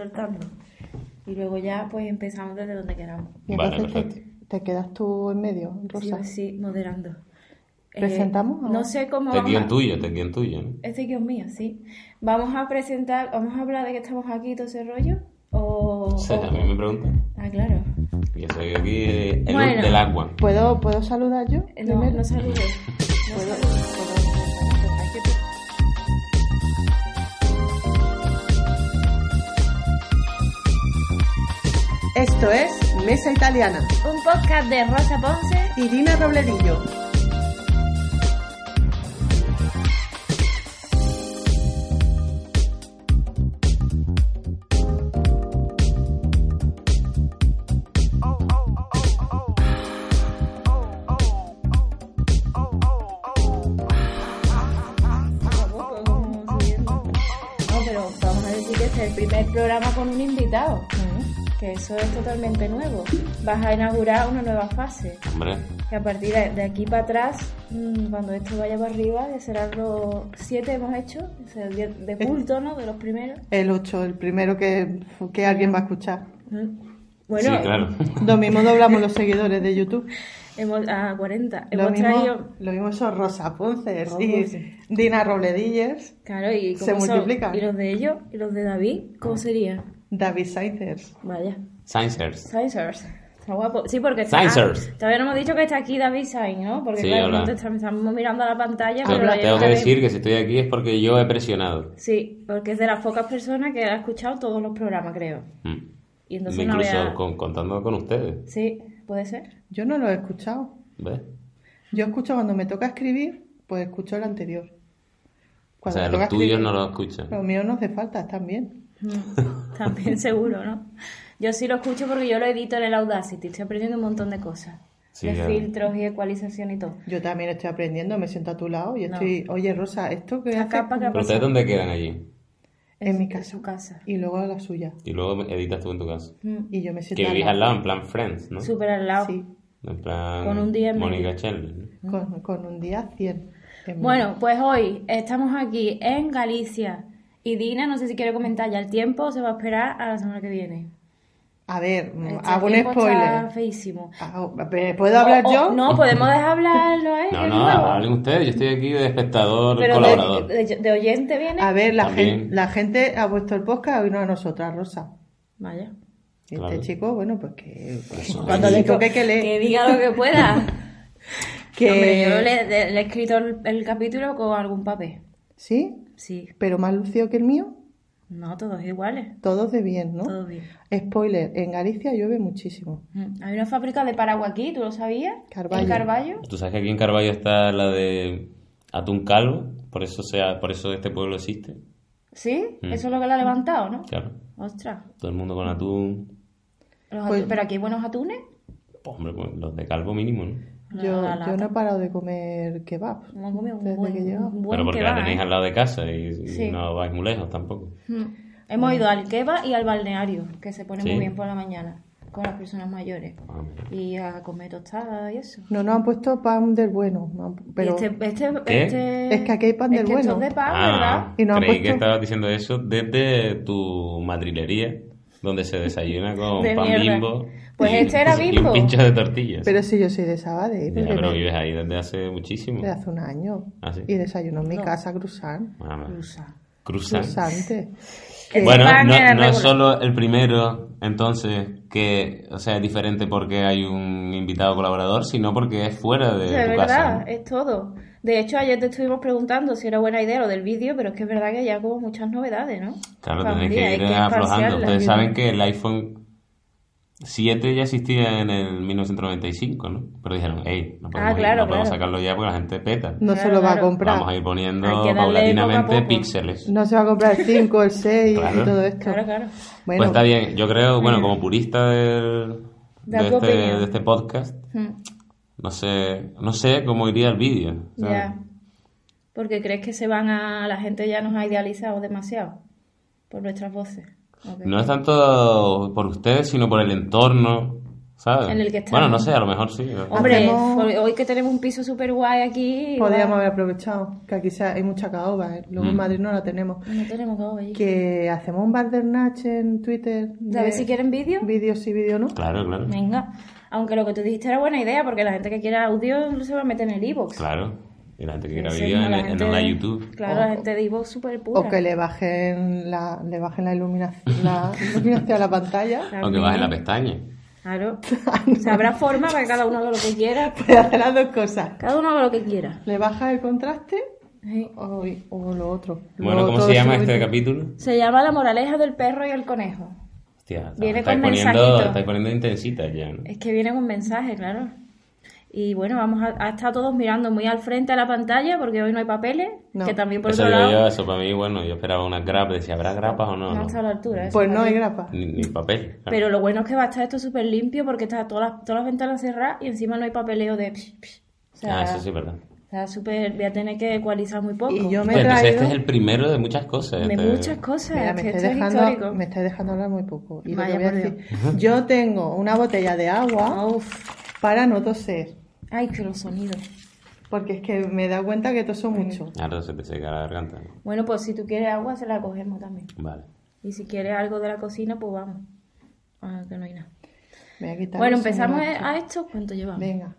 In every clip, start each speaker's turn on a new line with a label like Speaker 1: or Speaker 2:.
Speaker 1: soltando. Y luego ya pues empezamos desde donde queramos.
Speaker 2: Y
Speaker 3: Vale,
Speaker 2: entonces te-
Speaker 3: perfecto.
Speaker 2: te, quedas tú en medio,
Speaker 1: Sí,
Speaker 2: Rosa.
Speaker 1: sí, moderando. Eh,
Speaker 2: ¿Presentamos o-
Speaker 1: no sé cómo
Speaker 3: Este
Speaker 1: vamos
Speaker 3: guión
Speaker 1: a-
Speaker 3: tuyo, este guión tuyo, ¿no?
Speaker 1: Este guión mío, sí. Vamos a presentar, vamos a hablar de que estamos aquí y todo ese rollo. O...
Speaker 3: O sea,
Speaker 1: o-
Speaker 3: a mí me preguntan.
Speaker 1: Ah, claro.
Speaker 3: Yo soy aquí el
Speaker 1: Bueno.
Speaker 3: del agua.
Speaker 2: ¿Puedo, ¿Puedo saludar yo?
Speaker 1: Eh, No,
Speaker 2: primero?
Speaker 1: no saludes. No
Speaker 2: ¿Puedo?
Speaker 1: saludes.
Speaker 4: Esto es Mesa Italiana.
Speaker 1: Un podcast de Rosa Ponce.
Speaker 4: Irina Robledillo.
Speaker 1: Vamos, vamos subiendo. No, pero vamos a decir que este es el primer programa con un invitado. Que eso es totalmente nuevo. Vas a inaugurar una nueva fase.
Speaker 3: Hombre,
Speaker 1: Que a partir de de aquí para atrás, mm, cuando esto vaya para arriba, que serán los siete hemos hecho, o sea, de, de culto, ¿no? De los primeros.
Speaker 2: El 8, el primero que, que alguien va a escuchar.
Speaker 1: Mm.
Speaker 3: sí,
Speaker 1: Bueno,
Speaker 3: claro.
Speaker 2: Lo mismo doblamos los seguidores de YouTube.
Speaker 1: hemos, a 40.
Speaker 2: Lo
Speaker 1: Hemos
Speaker 2: mismo,
Speaker 1: traído.
Speaker 2: lo mismo son Rosa Ponce
Speaker 1: Rosa
Speaker 2: y
Speaker 1: Ponce.
Speaker 2: Dina Robledillers,
Speaker 1: Claro, y
Speaker 2: Se
Speaker 1: cómo son?
Speaker 2: multiplican.
Speaker 1: ¿Y los de ellos? ¿Y los de David? ¿Cómo sería?
Speaker 2: David Sainzers.
Speaker 1: Vaya.
Speaker 3: Sciencers.
Speaker 1: Sciencers. Está guapo. Sí, porque está.
Speaker 3: Sciencers.
Speaker 1: ah, todavía no hemos dicho que está aquí David Sainz, ¿no? Porque
Speaker 3: Sí,
Speaker 1: claro,
Speaker 3: hola.
Speaker 1: no te estamos, estamos mirando a la pantalla.
Speaker 3: Te-
Speaker 1: pero ya
Speaker 3: Tengo que
Speaker 1: sabemos.
Speaker 3: decir que si estoy aquí es porque yo he presionado.
Speaker 1: Sí, porque es de las pocas personas que ha escuchado todos los programas, creo.
Speaker 3: Mm.
Speaker 1: Y entonces no
Speaker 3: Incluso
Speaker 1: había-
Speaker 3: con- contando con ustedes.
Speaker 1: Sí, puede ser.
Speaker 2: Yo no lo he escuchado.
Speaker 3: ¿Ves?
Speaker 2: Yo escucho cuando me toca escribir, pues escucho el anterior.
Speaker 3: O
Speaker 2: Cuando
Speaker 3: sea,
Speaker 2: me
Speaker 3: los
Speaker 2: toca
Speaker 3: tuyos
Speaker 2: escribir,
Speaker 3: no los escuchan.
Speaker 2: Los míos no hace falta, están bien.
Speaker 1: Mm, También seguro, ¿no? Yo sí lo escucho porque yo lo edito en el Audacity. Estoy aprendiendo un montón de cosas.
Speaker 3: Sí,
Speaker 1: de
Speaker 3: ya.
Speaker 1: filtros y ecualización y todo.
Speaker 2: Yo también estoy aprendiendo, me siento a tu lado y
Speaker 1: No.
Speaker 2: estoy, oye Rosa, esto que
Speaker 1: Esa
Speaker 2: haces
Speaker 1: capa que
Speaker 3: ¿Pero ustedes dónde quedan allí?
Speaker 2: en mi
Speaker 1: En
Speaker 2: casa
Speaker 1: su casa.
Speaker 2: y luego la suya.
Speaker 3: Y luego editas tú en tu casa.
Speaker 1: Mm,
Speaker 2: Y yo me siento
Speaker 3: Que vivís al lado, en plan Friends, ¿no?
Speaker 1: Súper al lado.
Speaker 2: Sí,
Speaker 3: En plan
Speaker 1: Con un día en
Speaker 3: Mónica
Speaker 1: medio. Eh,
Speaker 3: Chandler, ¿no?
Speaker 2: con, con un día 100. en mi-
Speaker 1: Bueno, pues hoy estamos aquí en Galicia. Y Dina, no sé si quiere comentar ya el tiempo o se va a esperar a la semana que viene.
Speaker 2: A ver, mm,
Speaker 1: Este
Speaker 2: hago un
Speaker 1: tiempo Está
Speaker 2: spoiler.
Speaker 1: feísimo.
Speaker 2: Hago- ¿Puedo hablar
Speaker 1: O- o-
Speaker 2: yo?
Speaker 1: No, podemos dejar hablarlo a él.
Speaker 3: No,
Speaker 1: que es
Speaker 3: no,
Speaker 1: nuevo.
Speaker 3: hablen ustedes. Yo estoy aquí de espectador,
Speaker 1: Pero
Speaker 3: colaborador.
Speaker 1: de, de- de oyente viene.
Speaker 2: A ver, la,
Speaker 3: También.
Speaker 2: gente, la gente ha puesto el podcast hoy no a nosotras, Rosa.
Speaker 1: Vaya.
Speaker 2: Este
Speaker 3: Claro.
Speaker 2: chico, bueno, pues que...
Speaker 1: Cuando le
Speaker 2: chico
Speaker 1: co-
Speaker 2: que, que le...
Speaker 1: que diga lo que pueda.
Speaker 2: que-
Speaker 1: Hombre, yo le, le- le he escrito el, el capítulo con algún papel.
Speaker 2: ¿Sí?
Speaker 1: Sí.
Speaker 2: Pero más lucido que el mío,
Speaker 1: No, todos iguales.
Speaker 2: todos de bien, ¿no?
Speaker 1: Todo bien.
Speaker 2: Spoiler, en Galicia llueve muchísimo.
Speaker 1: Mm. Hay una fábrica de paraguas aquí, ¿tú lo sabías?
Speaker 2: Carballo.
Speaker 1: En Carballo.
Speaker 3: Tú sabes que aquí en Carballo está la de Atún Calvo, por eso, sea, por eso este pueblo existe.
Speaker 1: ¿Sí?
Speaker 3: Mm.
Speaker 1: Eso es lo que le ha levantado, ¿no?
Speaker 3: Claro,
Speaker 1: Ostras.
Speaker 3: todo el mundo con atún.
Speaker 1: Los
Speaker 2: Pues-
Speaker 1: atu- Pero aquí hay buenos atunes.
Speaker 3: Pues, hombre, pues, los de calvo mínimo, ¿no?
Speaker 1: No,
Speaker 2: yo,
Speaker 1: la lata.
Speaker 2: yo no he parado de comer kebab.
Speaker 1: Hemos comido un
Speaker 2: Desde
Speaker 1: buen,
Speaker 2: que llegó.
Speaker 1: un buen
Speaker 3: Pero porque la
Speaker 1: kebab,
Speaker 3: tenéis
Speaker 1: ¿eh?
Speaker 3: al lado de casa y, y
Speaker 1: Sí.
Speaker 3: no vais muy lejos tampoco.
Speaker 1: Mm. Hemos ido al kebab y al balneario, que se pone
Speaker 3: Sí.
Speaker 1: muy bien por la mañana, con las personas mayores.
Speaker 3: Ah, mira.
Speaker 1: Y a comer tostadas y eso.
Speaker 2: No nos han puesto pan del bueno. no han- Pero...
Speaker 1: Y este, este,
Speaker 3: ¿Qué?
Speaker 1: este-
Speaker 2: Es que aquí hay pan
Speaker 1: es
Speaker 2: del
Speaker 1: que esto
Speaker 2: bueno.
Speaker 1: es de pan,
Speaker 3: Ah,
Speaker 2: Y no pues han
Speaker 3: creí que
Speaker 2: puesto-
Speaker 3: estabas diciendo eso desde tu madrilería, donde se desayuna con
Speaker 1: De
Speaker 3: pan
Speaker 1: mierda.
Speaker 3: bimbo.
Speaker 1: Pues
Speaker 3: y-
Speaker 1: este era
Speaker 3: Y un
Speaker 1: bimbo.
Speaker 3: pincho de tortillas.
Speaker 2: Pero si yo soy de Sabadell,
Speaker 3: Ya,
Speaker 2: desde,
Speaker 3: pero vives ahí desde hace muchísimo.
Speaker 2: desde hace un año.
Speaker 3: Ah, sí.
Speaker 2: Y desayuno en mi
Speaker 1: No.
Speaker 2: casa cruzán.
Speaker 3: Ah,
Speaker 1: verdad.
Speaker 3: mira.
Speaker 1: Usa.
Speaker 3: Cruzan.
Speaker 2: Cruzante.
Speaker 1: El
Speaker 3: Bueno,
Speaker 1: pan
Speaker 3: no,
Speaker 1: era
Speaker 3: no es
Speaker 1: regular.
Speaker 3: solo el primero, entonces, que, o sea, es diferente porque hay un invitado colaborador, sino porque es fuera de,
Speaker 1: De
Speaker 3: tu
Speaker 1: verdad,
Speaker 3: casa. ¿no?
Speaker 1: es todo. De hecho, ayer te estuvimos preguntando si era buena idea lo del vídeo, pero es que es verdad que ya como muchas novedades, ¿no?
Speaker 3: Claro,
Speaker 1: Familia,
Speaker 3: tenéis que
Speaker 1: Pues hay
Speaker 3: ir aflojando.
Speaker 1: espaciarla.
Speaker 3: Ustedes saben que el iPhone 7 ya existía en el 1995, ¿no? Pero dijeron, hey, no podemos, ir,
Speaker 1: Ah, claro,
Speaker 3: no podemos
Speaker 1: claro.
Speaker 3: sacarlo ya porque la gente peta.
Speaker 2: No se
Speaker 1: Claro,
Speaker 2: lo va a
Speaker 1: claro.
Speaker 2: comprar.
Speaker 3: Vamos a ir poniendo
Speaker 1: Hay que darle poco
Speaker 3: paulatinamente
Speaker 1: a poco.
Speaker 3: píxeles.
Speaker 2: No se va a comprar el 5, el 6
Speaker 3: Claro.
Speaker 2: y todo esto.
Speaker 1: Claro, claro.
Speaker 2: Bueno,
Speaker 3: Pues está bien, yo creo, bueno, como purista del,
Speaker 1: Da
Speaker 3: de,
Speaker 1: Mm. tu
Speaker 3: este,
Speaker 1: opinión.
Speaker 3: de este podcast,
Speaker 1: Mm,
Speaker 3: no sé, no sé cómo iría el vídeo.
Speaker 1: Ya.
Speaker 3: ¿sabes?
Speaker 1: Porque crees que se van a. La gente ya nos ha idealizado demasiado por nuestras voces. Ok.
Speaker 3: No es tanto por ustedes, sino por el entorno ¿sabes?
Speaker 1: En el que Oh. estamos.
Speaker 3: Bueno, no sé, a lo mejor sí. ¿no?
Speaker 1: Hombre,
Speaker 2: Podemos-
Speaker 1: hoy- hoy que tenemos un piso súper guay aquí.
Speaker 2: Podríamos
Speaker 1: igual.
Speaker 2: haber aprovechado, que aquí se- hay mucha caoba, ¿eh? luego en
Speaker 3: Mm.
Speaker 2: Madrid no la tenemos.
Speaker 1: No tenemos cabo allí.
Speaker 2: Que hacemos un bardernache en Twitter.
Speaker 1: A ver si quieren vídeo.
Speaker 2: Vídeo sí, vídeo no.
Speaker 3: Claro, claro.
Speaker 1: Venga. Aunque lo que tú dijiste era buena idea, porque la gente que quiera audio se va a meter en el iVoox.
Speaker 3: Claro. Y la gente que quiera
Speaker 1: Sí,
Speaker 3: vídeo
Speaker 1: no,
Speaker 3: en,
Speaker 1: la
Speaker 3: en
Speaker 1: gente-
Speaker 3: una YouTube.
Speaker 1: Claro, la gente de iVoox súper pura.
Speaker 2: O que le bajen la, le bajen la iluminación, la iluminación a la pantalla.
Speaker 1: Claro.
Speaker 3: Aunque baje la pestaña.
Speaker 1: Claro. O sea, habrá forma para que cada uno haga lo que quiera.
Speaker 2: Puede hacer las dos cosas.
Speaker 1: Cada uno haga lo que quiera.
Speaker 2: Le baja el contraste
Speaker 1: Sí.
Speaker 2: o, o lo otro.
Speaker 3: Bueno,
Speaker 2: Lo
Speaker 3: ¿cómo
Speaker 2: otro
Speaker 3: se llama
Speaker 2: sube-
Speaker 3: este capítulo?
Speaker 1: Se llama La moraleja del perro y el conejo.
Speaker 3: Hostia,
Speaker 1: Viene
Speaker 3: estáis
Speaker 1: con
Speaker 3: poniendo,
Speaker 1: mensajito. Eh,
Speaker 3: estáis poniendo intensitas ya, ¿no?
Speaker 1: Es que viene con mensaje, claro. Y bueno, vamos a, a estar todos mirando muy al frente a la pantalla porque hoy no hay papeles.
Speaker 2: No.
Speaker 1: Que también por
Speaker 3: Eso
Speaker 1: otro
Speaker 3: digo
Speaker 1: lado
Speaker 3: yo, eso para mí, bueno, yo esperaba una grapa, decía, ¿habrá grapas o no?
Speaker 1: no,
Speaker 3: No.
Speaker 1: está a la altura. eso
Speaker 2: Pues no
Speaker 1: también.
Speaker 2: hay grapa.
Speaker 3: Ni, ni papel. claro.
Speaker 1: Pero lo bueno es que va a estar esto súper limpio porque está todas las, todas las ventanas cerradas y encima no hay papeleo de... psh, psh. O sea,
Speaker 3: Ah, eso sí, es verdad.
Speaker 1: está súper... Voy a tener que ecualizar muy poco.
Speaker 2: Y yo me he
Speaker 3: Entonces,
Speaker 2: traído.
Speaker 3: este es el primero de muchas cosas.
Speaker 1: De
Speaker 3: este-
Speaker 1: muchas cosas.
Speaker 2: Mira,
Speaker 1: es
Speaker 2: me,
Speaker 1: que
Speaker 2: estoy
Speaker 1: esto es
Speaker 2: dejando,
Speaker 1: histórico.
Speaker 2: me estoy dejando hablar muy poco. Y lo
Speaker 1: Vaya,
Speaker 2: que voy a
Speaker 1: por
Speaker 2: decir- yo tengo una botella de agua
Speaker 1: Uf.
Speaker 2: para no toser.
Speaker 1: Ay, que los sonidos.
Speaker 2: Porque es que me he dado cuenta que toso mucho.
Speaker 3: Ahora se te seca la garganta. ¿no?
Speaker 1: Bueno, pues si tú quieres agua, se la cogemos también.
Speaker 3: Vale.
Speaker 1: Y si quieres algo de la cocina, pues vamos. Ah, que no hay nada.
Speaker 2: Me voy a quitar
Speaker 1: Bueno,
Speaker 2: eso,
Speaker 1: empezamos
Speaker 2: mira.
Speaker 1: a esto. ¿Cuánto llevamos?
Speaker 2: Venga.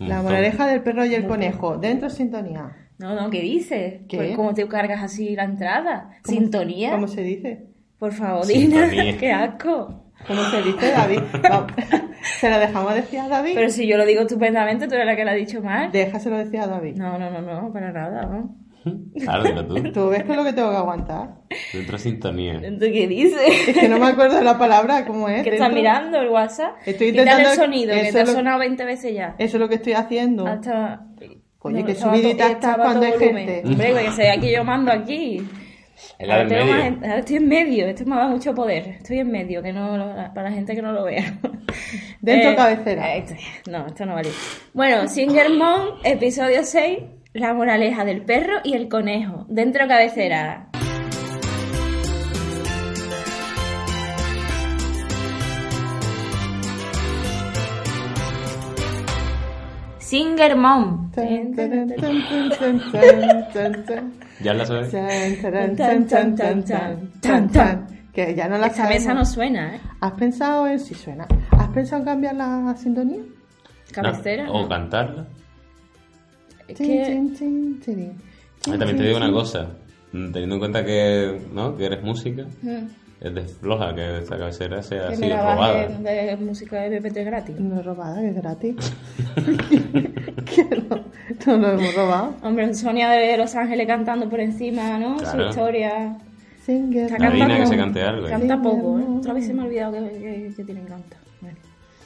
Speaker 3: Un
Speaker 2: La
Speaker 3: montón.
Speaker 2: moraleja del perro y el conejo. Dentro sintonía.
Speaker 1: No, no, ¿qué dices?
Speaker 2: ¿Qué?
Speaker 1: Pues, ¿Cómo te cargas así la entrada? ¿Sintonía?
Speaker 2: ¿Cómo se dice?
Speaker 1: Por favor, Dina,
Speaker 3: Sintonía.
Speaker 1: qué asco.
Speaker 2: ¿Cómo se dice, David? Va- Se lo dejamos decir a David.
Speaker 1: Pero si yo lo digo estupendamente, tú eres la que lo ha dicho mal.
Speaker 2: Déjaselo decir a David.
Speaker 1: No, no, no, no, para nada. ¿no?
Speaker 3: Claro, dilo tú.
Speaker 2: ¿Tú ves que es lo que tengo que aguantar?
Speaker 3: Dentro sintonía.
Speaker 1: ¿Tú qué dices?
Speaker 2: Es que no me acuerdo la palabra, ¿cómo es?
Speaker 1: ¿Qué estás
Speaker 2: ¿Eh? Dentro-
Speaker 1: mirando el WhatsApp?
Speaker 2: Estoy
Speaker 1: Quítale
Speaker 2: intentando-
Speaker 1: el sonido, que
Speaker 2: eso
Speaker 1: te ha
Speaker 2: lo-
Speaker 1: sonado 20 veces ya.
Speaker 2: Eso es lo que estoy haciendo.
Speaker 1: Hasta...
Speaker 2: Coño, qué
Speaker 1: estaba to-
Speaker 2: subidita estás
Speaker 1: estaba
Speaker 2: cuando
Speaker 1: todo
Speaker 2: hay
Speaker 1: volumen.
Speaker 2: gente.
Speaker 1: Hombre, que se aquí yo mando aquí.
Speaker 3: Es la del
Speaker 1: Ahora tengo más
Speaker 3: medio.
Speaker 1: gente- ahora estoy en medio, esto me da mucho poder. Estoy en medio, que no lo- para la gente que no lo vea. Eh,
Speaker 2: Dentro cabecera.
Speaker 1: esto- no, esto no vale. Bueno, Singermon, episodio 6, la moraleja del perro y el conejo. Dentro cabecera. Singermon.
Speaker 2: Tan, tan, tan, tan, tan, tan, tan, tan.
Speaker 3: ¿Ya la sabes?
Speaker 2: Tan, taran, tan, tan, tan, tan, tan, tan. Que ya no la
Speaker 1: Esa mesa no
Speaker 2: sabemos.
Speaker 1: suena, ¿eh?
Speaker 2: ¿Has pensado en si suena? ¿Has pensado en cambiar la sintonía?
Speaker 1: Cabecera.
Speaker 3: No, O
Speaker 1: no.
Speaker 3: cantarla.
Speaker 1: Es
Speaker 2: Chin,
Speaker 1: que-
Speaker 2: chin, chin, chirin.
Speaker 3: Ah, también te digo una cosa. Mm, Teniendo en cuenta que, ¿no? que eres música,
Speaker 1: Mm.
Speaker 3: es de floja que esta cabecera sea
Speaker 1: que
Speaker 3: así
Speaker 1: me la
Speaker 3: robada.
Speaker 1: bajen de música de MPT gratis.
Speaker 2: No es robada, que es gratis. que no, no lo hemos robado.
Speaker 1: Hombre, Sonia de Los Ángeles cantando por encima, ¿no?
Speaker 3: Claro.
Speaker 1: Su historia.
Speaker 2: Singer.
Speaker 1: Está
Speaker 3: La
Speaker 1: cantando.
Speaker 3: Dina que se cante algo. ¿eh?
Speaker 1: Canta
Speaker 2: Sí,
Speaker 1: poco,
Speaker 2: mi
Speaker 1: ¿eh?
Speaker 2: amor.
Speaker 1: Otra vez se me ha olvidado que, que, que tienen canta. Bueno.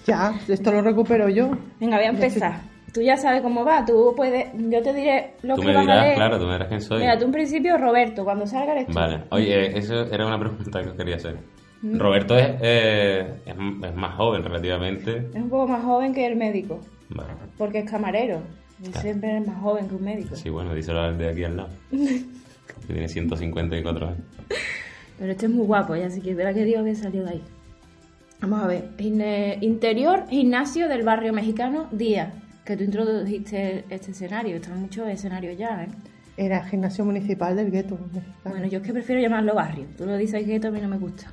Speaker 2: Ya, esto lo recupero yo.
Speaker 1: Venga, voy a empezar. Tú ya sabes cómo va, tú puedes... Yo te diré lo
Speaker 3: Tú
Speaker 1: que
Speaker 3: me
Speaker 1: vas a
Speaker 3: dirás,
Speaker 1: leer.
Speaker 3: claro, tú me dirás quién soy.
Speaker 1: Mira, tú en principio, Roberto, cuando salga eres tú.
Speaker 3: Vale, oye, eso era una pregunta que os quería hacer.
Speaker 1: Mm.
Speaker 3: Roberto es, eh, es, es más joven relativamente.
Speaker 1: Es un poco más joven que el médico,
Speaker 3: Vale.
Speaker 1: porque es camarero. Y siempre es más joven que un médico.
Speaker 3: Sí, bueno, díselo al de aquí al lado. Que tiene 154 años.
Speaker 1: Pero este es muy guapo, ya así que verá que digo que salió de ahí. Vamos a ver. Gine- interior, gimnasio del barrio mexicano, día. Que tú introdujiste este escenario. Están muchos escenarios ya, ¿eh?
Speaker 2: Era gimnasio municipal del gueto. mexicano.
Speaker 1: Bueno, yo es que prefiero llamarlo barrio. Tú lo dices que a mí no me gusta.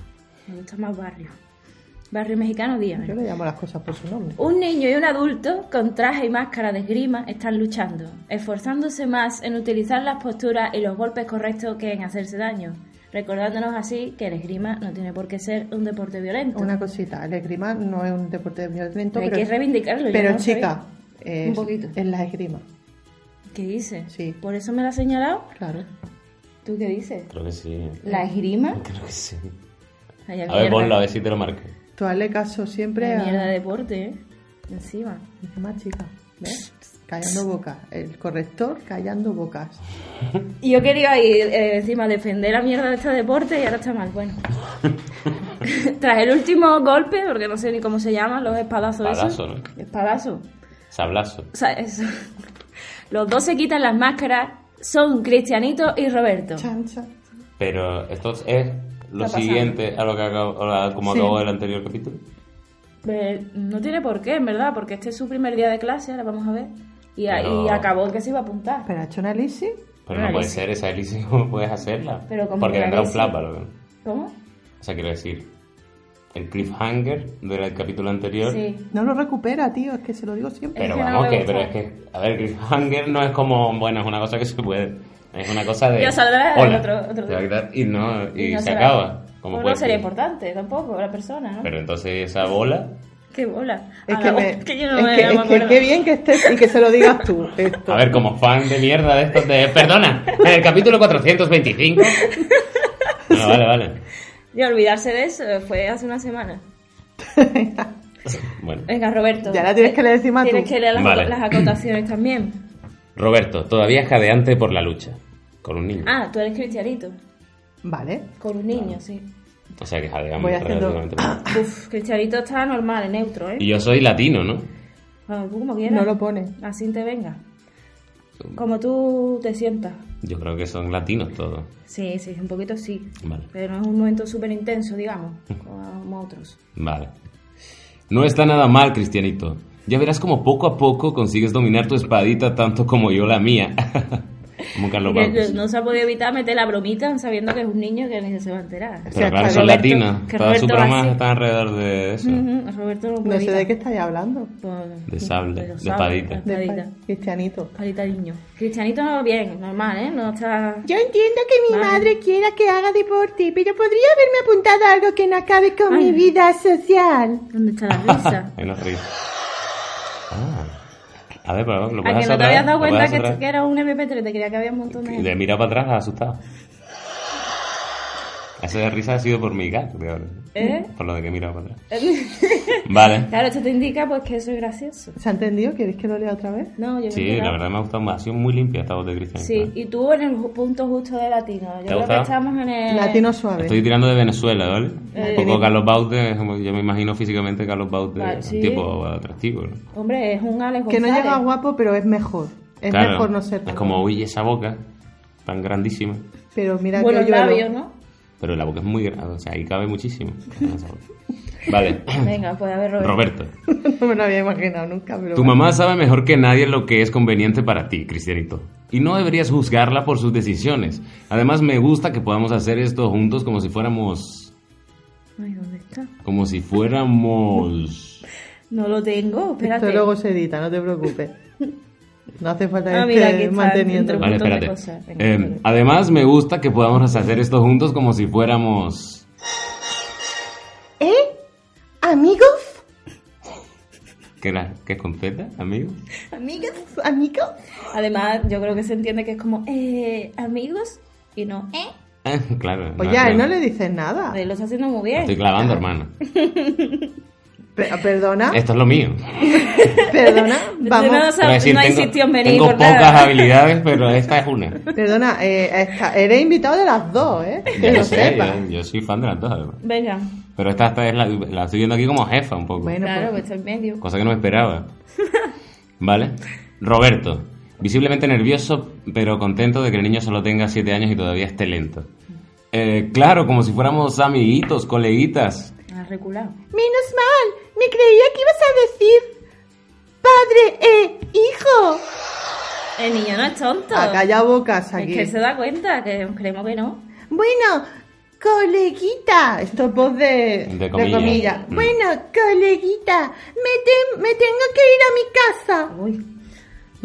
Speaker 1: Me gusta más barrio. Barrio mexicano, día. ¿eh?
Speaker 2: Yo le llamo las cosas por su nombre.
Speaker 1: Un niño y un adulto con traje y máscara de esgrima están luchando, esforzándose más en utilizar las posturas y los golpes correctos que en hacerse daño, recordándonos así que el esgrima no tiene por qué ser un deporte violento.
Speaker 2: Una cosita, el esgrima no es un deporte de violento,
Speaker 1: Hay
Speaker 2: pero,
Speaker 1: que reivindicarlo. yo
Speaker 2: pero
Speaker 1: no soy-
Speaker 2: chica, es,
Speaker 1: Un poquito.
Speaker 2: es la esgrima,
Speaker 1: ¿Qué dices?
Speaker 2: Sí.
Speaker 1: ¿Por eso me la has señalado?
Speaker 2: claro.
Speaker 1: ¿Tú qué dices?
Speaker 3: Creo que sí. eh.
Speaker 1: ¿La esgrima?
Speaker 3: Creo que sí.
Speaker 1: Ay,
Speaker 3: A ver,
Speaker 1: mierda.
Speaker 3: ponlo, a ver si te lo marco.
Speaker 2: Tú hazle caso siempre
Speaker 1: Ay, mierda
Speaker 2: a...
Speaker 1: de deporte, ¿eh? Encima.
Speaker 2: Encima, chica, ¿ves? Callando bocas, el corrector callando bocas.
Speaker 1: Y yo quería ir eh, encima defender la mierda de este deporte y ahora está mal. Bueno. Tras el último golpe, porque no sé ni cómo se llaman, los espadazos
Speaker 3: Palazo,
Speaker 1: esos.
Speaker 3: ¿no?
Speaker 1: Espadazo.
Speaker 3: Sablazo.
Speaker 1: O sea, eso. Los dos se quitan las máscaras, son Cristianito y Roberto.
Speaker 2: Chancha.
Speaker 3: Pero esto es lo
Speaker 1: Está pasando.
Speaker 3: siguiente a lo que acabo, a la- como
Speaker 2: Sí.
Speaker 3: acabó el anterior capítulo.
Speaker 1: Eh, no tiene por qué, en verdad, porque este es su primer día de clase, ahora vamos a ver. Y, a-
Speaker 3: Pero-
Speaker 1: y acabó que se iba a apuntar.
Speaker 2: ¿Pero ha hecho una elixir?
Speaker 3: Pero no
Speaker 1: Claro,
Speaker 3: puede
Speaker 1: sí.
Speaker 3: ser, esa elipsis no puedes hacerla.
Speaker 1: Pero como
Speaker 3: porque
Speaker 1: que
Speaker 3: tendrá un
Speaker 1: parece.
Speaker 3: plan para lo que-
Speaker 1: ¿Cómo?
Speaker 3: O sea, quiero decir, el cliffhanger del capítulo anterior.
Speaker 1: Sí.
Speaker 2: No lo recupera, tío, es que se lo digo siempre.
Speaker 3: Pero
Speaker 1: que no
Speaker 3: vamos,
Speaker 1: me
Speaker 3: que,
Speaker 1: gusta.
Speaker 3: pero es que, a ver, cliffhanger no es como, bueno, es una cosa que se puede. Es una cosa de.
Speaker 1: Ya saldrá el
Speaker 3: hola,
Speaker 1: otro- otro
Speaker 3: te va a quitar, y no, y,
Speaker 1: Y no
Speaker 3: se
Speaker 1: será-
Speaker 3: acaba. Como
Speaker 1: Pues
Speaker 3: puede
Speaker 1: no sería
Speaker 3: ser.
Speaker 1: importante tampoco la persona, ¿no?
Speaker 3: Pero entonces esa bola.
Speaker 1: Qué bola.
Speaker 2: Es
Speaker 1: A
Speaker 2: que,
Speaker 1: la
Speaker 2: me-
Speaker 1: hostia, Ah, yo no
Speaker 2: es
Speaker 1: me-
Speaker 2: que-
Speaker 1: no me
Speaker 2: es que
Speaker 1: acuerdo.
Speaker 2: qué bien que estés y que se lo digas tú. Esto.
Speaker 3: A
Speaker 1: Pues
Speaker 3: ver, como fan de mierda de estos de. Perdona, en el capítulo 425. Bueno, vale, vale.
Speaker 1: Y olvidarse de eso eh, fue hace una semana.
Speaker 3: Bueno.
Speaker 1: Venga, Roberto.
Speaker 2: Ya la tienes que leer encima tú.
Speaker 1: Tienes que leer las,
Speaker 3: Vale.
Speaker 1: las acotaciones también.
Speaker 3: Roberto, todavía jadeante por la lucha. Con un niño.
Speaker 1: Ah, tú eres cristianito.
Speaker 2: Vale.
Speaker 1: Con un niño, sí.
Speaker 3: O sea que jadeamos
Speaker 2: Voy haciendo-
Speaker 3: relativamente poco.
Speaker 1: Uf, cristianito está normal, en neutro, ¿eh?
Speaker 3: Y yo soy latino, ¿no?
Speaker 1: Ah, tú como quieras.
Speaker 2: No lo pone.
Speaker 1: Así te venga. Como tú te sientas.
Speaker 3: Yo creo que son latinos todos.
Speaker 1: Sí, sí, un poquito sí.
Speaker 3: Vale.
Speaker 1: Pero no es un momento súper intenso, digamos, como otros.
Speaker 3: Vale. No está nada mal, Cristianito. Ya verás como poco a poco consigues dominar tu espadita tanto como yo la mía. como Carlos
Speaker 1: Que
Speaker 3: Bautes.
Speaker 1: no se ha podido evitar meter la bromita sabiendo que es un niño que ni se va a enterar.
Speaker 2: O sea,
Speaker 3: Pero claro,
Speaker 2: que
Speaker 3: son
Speaker 2: Roberto-
Speaker 3: latinos.
Speaker 1: que
Speaker 3: Todas sus
Speaker 1: Roberto va
Speaker 3: bromas
Speaker 1: así. Mm,
Speaker 3: están alrededor de eso.
Speaker 1: Ujú, Roberto no
Speaker 2: No
Speaker 1: puede
Speaker 2: sé de
Speaker 1: evitar.
Speaker 2: qué estáis hablando.
Speaker 1: Por-
Speaker 3: De sable, de
Speaker 1: sable,
Speaker 3: espadita.
Speaker 1: de
Speaker 2: De
Speaker 1: espadita.
Speaker 2: pa- Cristianito.
Speaker 1: Espadita niño. Cristianito no bien, normal, ¿eh? No está...
Speaker 2: Yo entiendo que mi madre quiera que haga deporte, pero podría haberme apuntado a algo que no acabe con
Speaker 1: Ay. mi
Speaker 2: vida social.
Speaker 1: ¿Dónde está la risa?
Speaker 3: Ahí nos ríe. Ah. A ver, pero lo
Speaker 1: A
Speaker 3: puedes
Speaker 1: que no
Speaker 3: hacer
Speaker 1: te habías dado cuenta
Speaker 3: otra vez, lo puedes
Speaker 1: que,
Speaker 3: hacer
Speaker 1: que era un MP3, te creía que había un montón de
Speaker 3: otra vez.
Speaker 1: gente.
Speaker 3: De mirar para atrás, asustado. Esa risa ha sido por mi gato, creo.
Speaker 1: ¿Eh?
Speaker 3: Por lo de que he mirado para atrás. Vale.
Speaker 1: Claro, esto te indica pues que soy gracioso.
Speaker 2: ¿Se ha entendido? ¿Queréis que lo lea otra vez?
Speaker 1: No, yo
Speaker 3: Sí,
Speaker 1: creo que
Speaker 3: la
Speaker 1: no.
Speaker 3: verdad me ha gustado más. Ha sido muy limpia esta voz de ¿eh? Cristian.
Speaker 1: Sí, y tú en el ju- punto justo de latino. Yo creo
Speaker 3: gusta?
Speaker 1: que estamos en el...
Speaker 2: Latino suave.
Speaker 3: Estoy tirando de Venezuela, ¿vale?
Speaker 1: Eh,
Speaker 3: Un poco Carlos Baute, como yo me imagino físicamente Carlos Baute,
Speaker 2: Ah,
Speaker 1: Vale, sí.
Speaker 3: un tipo atractivo, ¿no?
Speaker 1: Hombre, es un Alex
Speaker 2: Que no
Speaker 1: González.
Speaker 2: llega guapo, pero es mejor. Es
Speaker 3: Claro,
Speaker 2: mejor no ser.
Speaker 3: Es
Speaker 2: tan
Speaker 3: como,
Speaker 2: guapo.
Speaker 3: uy, esa boca tan grandísima.
Speaker 2: Pero mira
Speaker 1: Buenos
Speaker 2: que yo.
Speaker 1: labios, ¿no?
Speaker 3: Pero la boca es muy grande, o sea, ahí cabe muchísimo. Esa boca. Vale,
Speaker 1: Venga, pues a ver, Roberto.
Speaker 3: Roberto.
Speaker 2: no me lo había imaginado nunca, pero.
Speaker 3: Tu
Speaker 2: bueno.
Speaker 3: mamá sabe mejor que nadie lo que es conveniente para ti, Cristianito. Y no deberías juzgarla por sus decisiones. Además, me gusta que podamos hacer esto juntos como si fuéramos...
Speaker 1: Ay, ¿dónde está?
Speaker 3: Como si fuéramos...
Speaker 1: No lo tengo, espérate.
Speaker 2: Esto luego se edita, no te preocupes. No hace falta que
Speaker 1: Ah, mira, aquí
Speaker 2: estés
Speaker 1: está,
Speaker 2: manteniendo.
Speaker 1: entre-
Speaker 3: Vale,
Speaker 1: montón de
Speaker 3: espérate.
Speaker 1: cosas. Venga,
Speaker 3: Eh,
Speaker 1: vale.
Speaker 3: además, me gusta que podamos hacer esto juntos como si fuéramos...
Speaker 2: ¿Eh? ¿Amigos?
Speaker 3: ¿Qué, era? ¿Qué es con Z, amigo?
Speaker 2: ¿Amigas? ¿Amigos?
Speaker 1: Además, yo creo que se entiende que es como, eh, amigos, y no, eh.
Speaker 3: Ah, claro.
Speaker 2: Pues
Speaker 3: no,
Speaker 2: ya,
Speaker 3: claro.
Speaker 2: él no le dices nada.
Speaker 1: Lo está haciendo muy
Speaker 3: Me Estoy
Speaker 1: bien.
Speaker 3: clavando, hermano.
Speaker 2: Pe-
Speaker 1: Ah.
Speaker 2: perdona,
Speaker 3: Esto es lo mío.
Speaker 2: perdona,
Speaker 1: No, sabe-
Speaker 2: vamos.
Speaker 3: Quiero decir,
Speaker 1: no
Speaker 3: tengo,
Speaker 1: insistió en venir,
Speaker 3: tengo
Speaker 1: por
Speaker 3: pocas
Speaker 1: nada.
Speaker 3: habilidades, pero esta es una.
Speaker 2: Perdona, eh, esta- eres invitado de las dos, ¿eh? Que
Speaker 3: Ya
Speaker 2: lo
Speaker 3: sé,
Speaker 2: sepas.
Speaker 3: yo, yo soy fan de las dos, además.
Speaker 1: Venga.
Speaker 3: Pero esta, esta es la, la estoy viendo aquí como jefa un poco.
Speaker 2: Bueno,
Speaker 1: Claro, pues
Speaker 2: pues,
Speaker 1: está en medio.
Speaker 3: Cosa que no me esperaba. ¿Vale? Roberto, visiblemente nervioso, pero contento de que el niño solo tenga 7 años y todavía esté lento. Eh, claro, como si fuéramos amiguitos, coleguitas.
Speaker 1: Ha reculado.
Speaker 2: Menos mal, me creía que ibas a decir padre e hijo.
Speaker 1: El niño no es tonto.
Speaker 2: A calla bocas
Speaker 1: es
Speaker 2: Ah, aquí.
Speaker 1: que él se da cuenta, que creemos que no.
Speaker 2: Bueno, coleguita. Esto es voz de,
Speaker 3: De comillas. Mm.
Speaker 2: Bueno, coleguita, me, te- me tengo que ir a mi casa.
Speaker 1: Uy,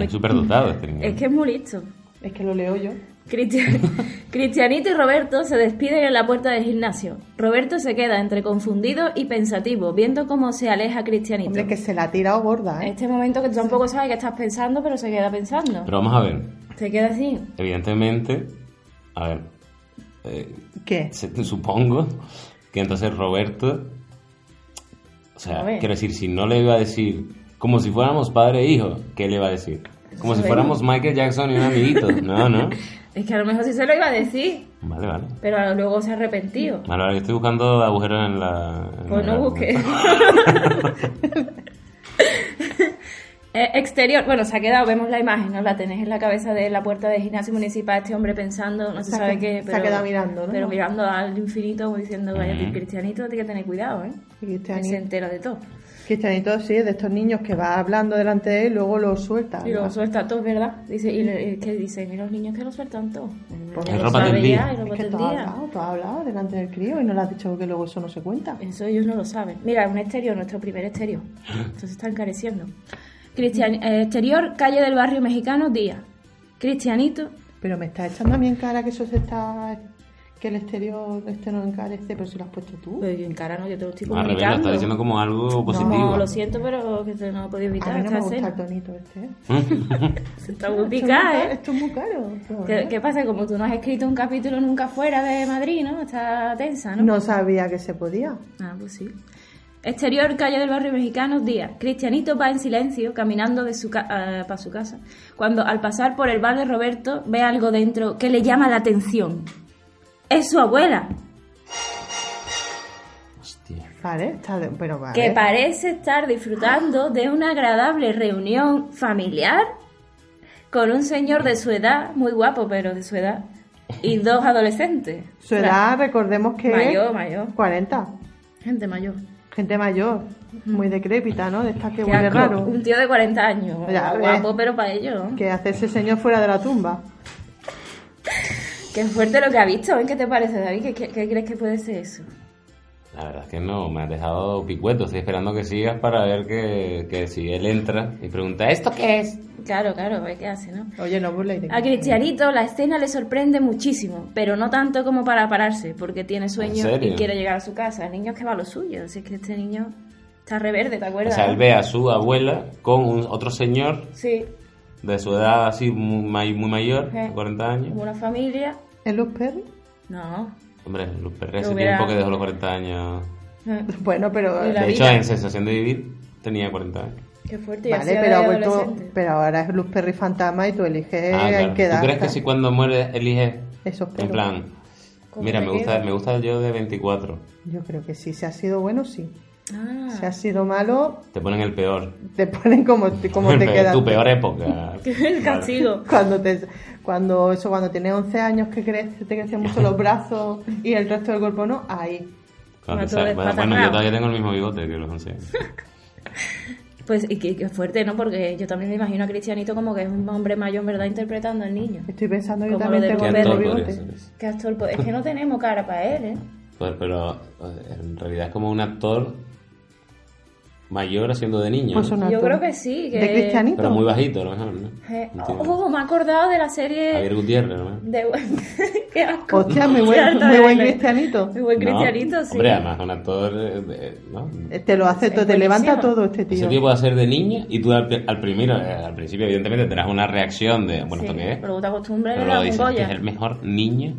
Speaker 3: Es súper dotado este niño.
Speaker 1: es que es muy listo.
Speaker 2: Es que lo leo yo.
Speaker 1: Cristian- Cristianito y Roberto se despiden en la puerta del gimnasio. Roberto se queda entre confundido y pensativo, viendo cómo se aleja Cristianito.
Speaker 2: Hombre, que se la ha tirado gorda, ¿eh?
Speaker 1: Este momento que tú tampoco sabes qué estás pensando, pero se queda pensando.
Speaker 3: Pero vamos a ver.
Speaker 1: Se queda así.
Speaker 3: Evidentemente, a ver, eh,
Speaker 2: ¿Qué?
Speaker 3: se- supongo que entonces Roberto, o
Speaker 1: A
Speaker 3: sea,
Speaker 1: ver.
Speaker 3: quiero decir, si no le iba a decir como si fuéramos padre e hijo, ¿qué le iba a decir? Como si
Speaker 1: Bueno.
Speaker 3: fuéramos Michael Jackson y un amiguito. No, no.
Speaker 1: Es que a lo mejor sí se lo iba a decir,
Speaker 3: Vale, vale.
Speaker 1: pero luego se ha arrepentido.
Speaker 3: Vale, vale, yo estoy buscando agujeros en la. en
Speaker 1: Pues
Speaker 3: la-
Speaker 1: no busqué. Eh, exterior, bueno, se ha quedado, vemos la imagen, ¿no? La tenés en la cabeza de la puerta del gimnasio municipal, este hombre pensando, no se,
Speaker 2: Se ha
Speaker 1: sabe
Speaker 2: que-
Speaker 1: qué,
Speaker 2: se ha
Speaker 1: pero...
Speaker 2: quedado mirando, ¿no?
Speaker 1: Pero mirando al infinito, como diciendo, vaya,
Speaker 3: Ujú.
Speaker 1: cristianito, tiene que tener cuidado, ¿eh?
Speaker 2: este
Speaker 1: Que se
Speaker 2: Cristianito,
Speaker 1: entera de todo.
Speaker 2: Cristianito, este sí, es de estos niños que va hablando delante de él, luego lo suelta.
Speaker 1: Y
Speaker 2: ¿no?
Speaker 1: lo suelta todo, ¿verdad? Dice, y le- y que dicen, y los niños que lo sueltan todo.
Speaker 2: Pues
Speaker 1: Ya
Speaker 2: es
Speaker 1: lo
Speaker 3: ropa
Speaker 1: sabe
Speaker 3: tendida.
Speaker 1: ya, es
Speaker 2: Es
Speaker 1: ropa
Speaker 2: que tú has
Speaker 1: tendida.
Speaker 2: hablado, tú has hablado delante del crío y no le has dicho que luego eso no se cuenta.
Speaker 1: Eso ellos no lo saben. Mira, es un exterior, nuestro primer exterior. Entonces está encareciendo. Cristian, eh, exterior, calle del barrio mexicano, día. Cristianito,
Speaker 2: Pero me está echando a mí en cara que eso se está. que el exterior este no encarece, pero si lo has puesto tú.
Speaker 1: pues yo en cara no, yo te lo estoy
Speaker 3: Ah, Rebelo,
Speaker 1: comunicando.
Speaker 3: está diciendo como algo
Speaker 1: No,
Speaker 3: positivo.
Speaker 1: lo siento, pero que se no lo he podido
Speaker 2: a
Speaker 1: evitar.
Speaker 2: mí no
Speaker 1: esta
Speaker 2: me gusta el
Speaker 1: escena.
Speaker 2: tonito este. ¿eh?
Speaker 1: Se está muy
Speaker 2: Esto es muy
Speaker 1: picada,
Speaker 2: caro,
Speaker 1: ¿eh?
Speaker 2: Esto es muy caro. pero,
Speaker 1: ¿Qué,
Speaker 2: ¿eh?
Speaker 1: qué pasa? Como tú no has escrito un capítulo nunca fuera de Madrid, ¿no? Está tensa, ¿no?
Speaker 2: No sabía que se podía.
Speaker 1: Ah, pues sí. Exterior, calle del barrio mexicano, día. Cristianito va en silencio, caminando de su para su casa, cuando al pasar por el bar de Roberto ve algo dentro que le llama la atención. ¡Es su abuela!
Speaker 3: Hostia.
Speaker 2: Vale, está de- pero vale.
Speaker 1: Que parece estar disfrutando de una agradable reunión familiar con un señor de su edad, muy guapo, pero de su edad, y dos adolescentes.
Speaker 2: Su edad, recordemos que.
Speaker 1: Mayor, mayor.
Speaker 2: 40.
Speaker 1: Gente mayor.
Speaker 2: Gente mayor, muy decrépita, ¿no? De estas que
Speaker 1: Qué
Speaker 2: huele
Speaker 1: asco.
Speaker 2: raro.
Speaker 1: Un tío de 40 años.
Speaker 2: Ya ves.
Speaker 1: guapo, pero para ello.
Speaker 2: Que hace ese señor fuera de la tumba.
Speaker 1: Qué fuerte lo que ha visto, ¿eh? ¿Qué te parece, David? ¿Qué, qué- qué crees que puede ser eso?
Speaker 3: La verdad es que no, me has dejado picueto. Estoy esperando que sigas para ver que, que si él entra y pregunta, ¿esto qué es?
Speaker 1: Claro, claro, a ver qué hace, ¿no?
Speaker 2: Oye, no burléis de
Speaker 1: A Cristianito la escena le sorprende muchísimo, pero no tanto como para pararse, porque tiene sueños
Speaker 3: serio?
Speaker 1: y quiere llegar a su casa. El niño es que va a lo suyo, si es que este niño está reverde, ¿te
Speaker 3: O
Speaker 1: acuerdas?
Speaker 3: sea,
Speaker 1: no?
Speaker 3: él ve a su abuela con un- otro señor
Speaker 1: Sí,
Speaker 3: de su edad así muy, may- muy mayor, de
Speaker 1: Sí.
Speaker 3: 40 años.
Speaker 1: como una familia.
Speaker 2: ¿Es Luz Perry?
Speaker 1: No.
Speaker 3: Hombre, Luz Perry hace
Speaker 1: Lo hubiera-
Speaker 3: tiempo que dejó los 40 años.
Speaker 1: Eh,
Speaker 2: Bueno, pero.
Speaker 1: Y la
Speaker 3: de
Speaker 1: vida.
Speaker 3: hecho, en Sensación de Vivir tenía 40 años.
Speaker 1: Qué fuerte, y
Speaker 2: Vale,
Speaker 1: hacía
Speaker 2: pero, ha
Speaker 1: de
Speaker 2: vuelto,
Speaker 1: adolescente.
Speaker 2: pero ahora es Luz Perry fantasma y tú eliges
Speaker 3: Ah, claro.
Speaker 2: en qué edad.
Speaker 3: ¿Tú crees que
Speaker 2: está.
Speaker 3: si cuando muere eliges
Speaker 2: Eso espero.
Speaker 3: en plan,
Speaker 1: ¿Cómo
Speaker 3: mira,
Speaker 1: te
Speaker 3: me gusta,
Speaker 1: queda?
Speaker 3: me gusta yo de 24?
Speaker 2: Yo creo que sí. Si ha sido bueno, sí.
Speaker 1: Ah,
Speaker 2: Si ha sido malo,
Speaker 3: Te ponen el peor.
Speaker 2: te ponen como, como te
Speaker 3: El pe-
Speaker 2: queda.
Speaker 3: tu peor época.
Speaker 1: el castigo.
Speaker 2: Cuando te, cuando eso, cuando tienes 11 años que crece, te crecen mucho los brazos y el resto del cuerpo no, ahí.
Speaker 3: Cuando
Speaker 1: Mato
Speaker 3: sal-
Speaker 1: de
Speaker 3: bueno,
Speaker 1: patas
Speaker 3: bueno, yo
Speaker 1: rabo.
Speaker 3: todavía tengo el mismo bigote que los 11. años.
Speaker 1: Pues y qué, qué fuerte, ¿no? Porque yo también me imagino a Cristianito como que es un hombre mayor, en verdad, interpretando al niño.
Speaker 2: Estoy pensando yo
Speaker 1: Como
Speaker 2: también
Speaker 1: lo de
Speaker 2: tengo
Speaker 3: ¿Qué
Speaker 1: Luz
Speaker 2: el mismo
Speaker 3: actor
Speaker 1: Perry.
Speaker 2: bigote. Pues
Speaker 3: podría ser ese?
Speaker 1: Qué actor, po- pues, es que no tenemos cara para él, ¿eh?
Speaker 3: Pero, pero, eh, en realidad es como un actor mayor haciendo de niño.
Speaker 2: Pues
Speaker 3: ¿no?
Speaker 2: un
Speaker 1: Yo
Speaker 2: actor.
Speaker 1: creo que sí, que-
Speaker 2: ¿De Cristianito?
Speaker 3: Pero muy bajito, a lo mejor, ¿no?
Speaker 1: Eh,
Speaker 3: No entiendo.
Speaker 1: oh, me he acordado de la serie
Speaker 3: Javier Gutiérrez, ¿no?
Speaker 1: de... qué asco.
Speaker 2: Hostia, muy
Speaker 1: Qué
Speaker 2: buen,
Speaker 1: alto
Speaker 2: muy
Speaker 1: de
Speaker 2: buen
Speaker 1: él.
Speaker 2: Cristianito.
Speaker 1: Muy buen
Speaker 3: No,
Speaker 1: Cristianito, sí.
Speaker 3: Hombre, además, un actor. eh, de- ¿no?
Speaker 2: Eh, Te lo hace
Speaker 1: Es
Speaker 2: todo, te
Speaker 1: buenísimo.
Speaker 2: levanta todo este
Speaker 3: Ese
Speaker 2: tío.
Speaker 3: tío puede hacer de niño y tú al, al primero, eh, al principio, evidentemente, tendrás una reacción de, bueno,
Speaker 1: Sí,
Speaker 3: ¿eh? ¿esto qué es?
Speaker 1: Pero luego te acostumbras
Speaker 3: Pero
Speaker 1: a
Speaker 3: luego
Speaker 1: un
Speaker 3: dices, "Este
Speaker 1: Goya.
Speaker 3: es el mejor niño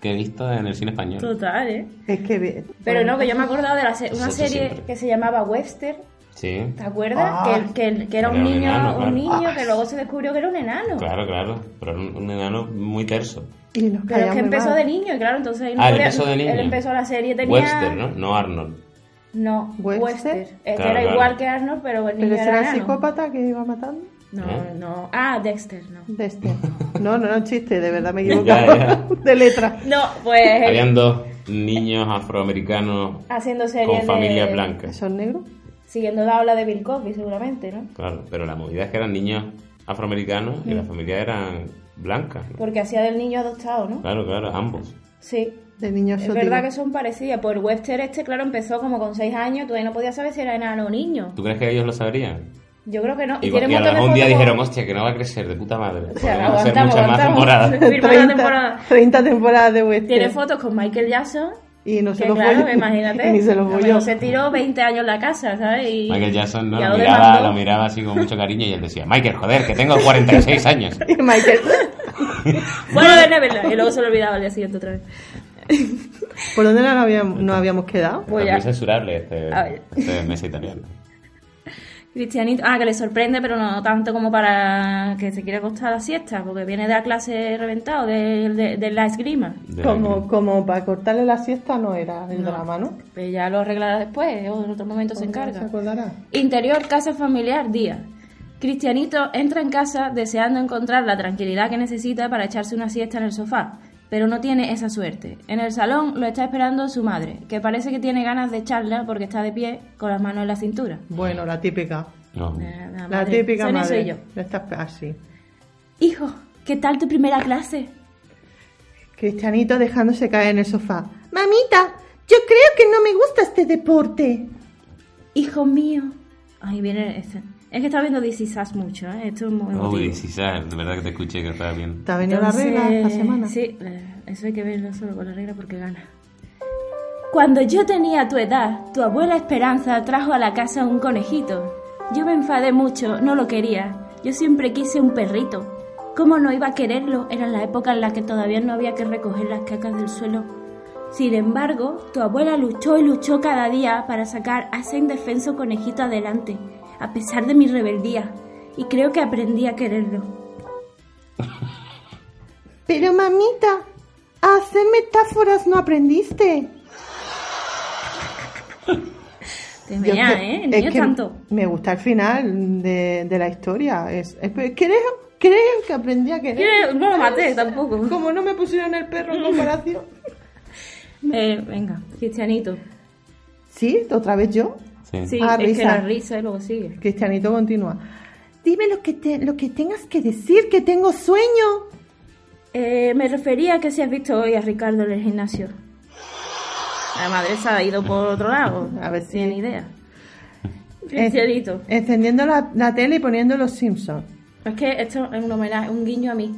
Speaker 3: que he visto en el cine español.
Speaker 1: Total, ¿eh?
Speaker 2: Es que bien.
Speaker 1: Pero no, que yo me he acordado de la se- una
Speaker 3: Eso
Speaker 1: serie
Speaker 3: siempre.
Speaker 1: que se llamaba Webster.
Speaker 3: Sí,
Speaker 1: ¿Te acuerdas?
Speaker 2: Ah.
Speaker 1: que, que- que era un
Speaker 3: Era un
Speaker 1: niño,
Speaker 3: enano,
Speaker 1: un
Speaker 3: claro.
Speaker 1: niño
Speaker 2: Ah.
Speaker 1: que luego se descubrió que era un enano.
Speaker 3: claro, claro. Pero era un, un enano muy terso.
Speaker 2: Y
Speaker 1: Pero
Speaker 2: nos
Speaker 1: es
Speaker 2: callamos
Speaker 1: que empezó
Speaker 2: mal.
Speaker 1: de niño, y claro, entonces ahí
Speaker 3: Ah, él
Speaker 1: podía-
Speaker 3: empezó de niño.
Speaker 1: Él empezó la serie, tenía...
Speaker 3: Webster, ¿no? No Arnold.
Speaker 1: No,
Speaker 2: ¿Webster?
Speaker 1: Webster. Este
Speaker 3: Claro,
Speaker 1: era
Speaker 3: claro.
Speaker 1: igual que Arnold, pero el niño
Speaker 2: Pero ese era el
Speaker 1: enano.
Speaker 2: psicópata que iba matando.
Speaker 1: No,
Speaker 3: ¿Eh?
Speaker 1: no. Ah, Dexter, no.
Speaker 2: De este. No, no, no, chiste, de verdad me he
Speaker 3: Ya,
Speaker 2: equivocado.
Speaker 3: ya.
Speaker 2: De letra.
Speaker 1: No, pues
Speaker 3: Habían dos niños afroamericanos
Speaker 1: haciendo series
Speaker 3: con familia
Speaker 1: de...
Speaker 3: blanca.
Speaker 2: ¿Son negros?
Speaker 1: Siguiendo la ola de Bill Cosby, seguramente, ¿no?
Speaker 3: Claro, pero la movida es que eran niños afroamericanos
Speaker 1: Mm.
Speaker 3: y la familia eran blancas.
Speaker 1: Porque hacía del niño adoptado, ¿no?
Speaker 3: Claro, claro, ambos.
Speaker 1: Sí.
Speaker 2: De niños
Speaker 1: Es verdad que son parecidas. Por Webster este, claro, empezó como con seis años. Tú ahí no podías saber si era enano o niño.
Speaker 3: ¿Tú crees que ellos lo sabrían?
Speaker 1: Yo creo que no.
Speaker 3: Y,
Speaker 1: Y, tiene
Speaker 3: y a
Speaker 1: un
Speaker 3: lo
Speaker 1: montón de
Speaker 3: mejor un día
Speaker 1: fotos
Speaker 3: dijeron,
Speaker 1: con-
Speaker 3: hostia, que no va a crecer de puta madre. Pues
Speaker 1: O sea,
Speaker 3: Podemos hacer
Speaker 1: aguantamos,
Speaker 3: muchas más
Speaker 1: aguantamos.
Speaker 3: temporadas.
Speaker 1: Firma la
Speaker 2: 30,
Speaker 1: temporada.
Speaker 2: 30 temporadas de Western.
Speaker 1: Tiene fotos con Michael Jackson.
Speaker 2: Y no se
Speaker 1: que
Speaker 2: lo
Speaker 1: claro,
Speaker 2: folló.
Speaker 1: imagínate.
Speaker 2: Ni se lo
Speaker 1: A lo
Speaker 2: folló.
Speaker 1: mejor se tiró 20 años en la casa, ¿sabes? Y,
Speaker 3: Michael Jackson ¿no?
Speaker 1: y
Speaker 3: lo,
Speaker 1: ahora
Speaker 3: miraba,
Speaker 1: demandó.
Speaker 3: lo miraba así con mucho cariño y él decía, Michael, joder, que tengo 46 años.
Speaker 2: Y Michael.
Speaker 1: Bueno, de Neverland. Y luego se lo olvidaba al día siguiente otra vez.
Speaker 2: ¿Por dónde nos habíamos, nos habíamos quedado?
Speaker 1: Voy
Speaker 3: Es
Speaker 1: a-
Speaker 3: Pues muy censurable este,
Speaker 1: A ver.
Speaker 3: este mes italiano.
Speaker 1: Cristianito, ah, que le sorprende, pero no tanto como para que se quiera acostar a la siesta, porque viene de la clase reventado, de, de, de la esgrima.
Speaker 3: De-
Speaker 2: Como, como para cortarle la siesta no era el drama, ¿no?
Speaker 1: Pues ya lo arreglará después, o en otro momento se encarga.
Speaker 2: acordará?
Speaker 1: Interior, casa familiar, día. Cristianito entra en casa deseando encontrar la tranquilidad que necesita para echarse una siesta en el sofá, pero no tiene esa suerte. En el salón lo está esperando su madre, que parece que tiene ganas de echarla porque está de pie con las manos en la cintura.
Speaker 2: Bueno, la típica.
Speaker 3: No.
Speaker 1: Eh,
Speaker 2: La,
Speaker 1: madre.
Speaker 2: típica
Speaker 1: Sonia
Speaker 2: madre.
Speaker 1: soy yo.
Speaker 2: La está- pues, así.
Speaker 1: Hijo, ¿qué tal tu primera clase?
Speaker 2: Cristianito dejándose caer en el sofá. Mamita, yo creo que no me gusta este deporte.
Speaker 1: Hijo mío. Ahí viene ese. Es que está viendo Disisas mucho, ¿eh? Esto es muy emotivo.
Speaker 3: Uy, Oh, sí, sabes, de verdad que te escuché que estaba bien.
Speaker 2: ¿Te ha venido la regla esta
Speaker 1: Entonces,
Speaker 2: semana?
Speaker 1: Sí, la- eso hay que verlo solo con la regla porque gana. Cuando yo tenía tu edad, tu abuela Esperanza trajo a la casa un conejito. Yo me enfadé mucho, no lo quería. Yo siempre quise un perrito. ¿Cómo no iba a quererlo? Era la época en la que todavía no había que recoger las cacas del suelo. Sin embargo, tu abuela luchó y luchó cada día para sacar a ese indefenso conejito adelante, a pesar de mi rebeldía, y creo que aprendí a quererlo.
Speaker 2: Pero mamita, a hacer metáforas no aprendiste.
Speaker 1: Te
Speaker 2: Yo
Speaker 1: mea,
Speaker 2: es que-
Speaker 1: ¿eh? El
Speaker 2: es
Speaker 1: niño
Speaker 2: que
Speaker 1: tanto.
Speaker 2: Me gusta el final de, de la historia. Es, es- creo, creo que aprendí a querer.
Speaker 1: Quiere- No lo maté tampoco.
Speaker 2: Como no me pusieron el perro en comparación.
Speaker 1: Eh, venga, Cristianito.
Speaker 2: Sí, otra vez yo.
Speaker 3: Sí.
Speaker 1: Sí,
Speaker 2: Ah,
Speaker 1: es que
Speaker 2: risa.
Speaker 1: la risa y luego sigue.
Speaker 2: Cristianito continúa. Dime lo que, te- lo que tengas que decir, que tengo sueño.
Speaker 1: Eh, me refería a que si has visto hoy a Ricardo en el gimnasio. La madre se ha ido por otro lado.
Speaker 2: A ver si-
Speaker 1: Tiene idea. Cristianito.
Speaker 2: En- encendiendo la, la tele y poniendo los Simpsons.
Speaker 1: Es que esto es un homenaje, un guiño a mí.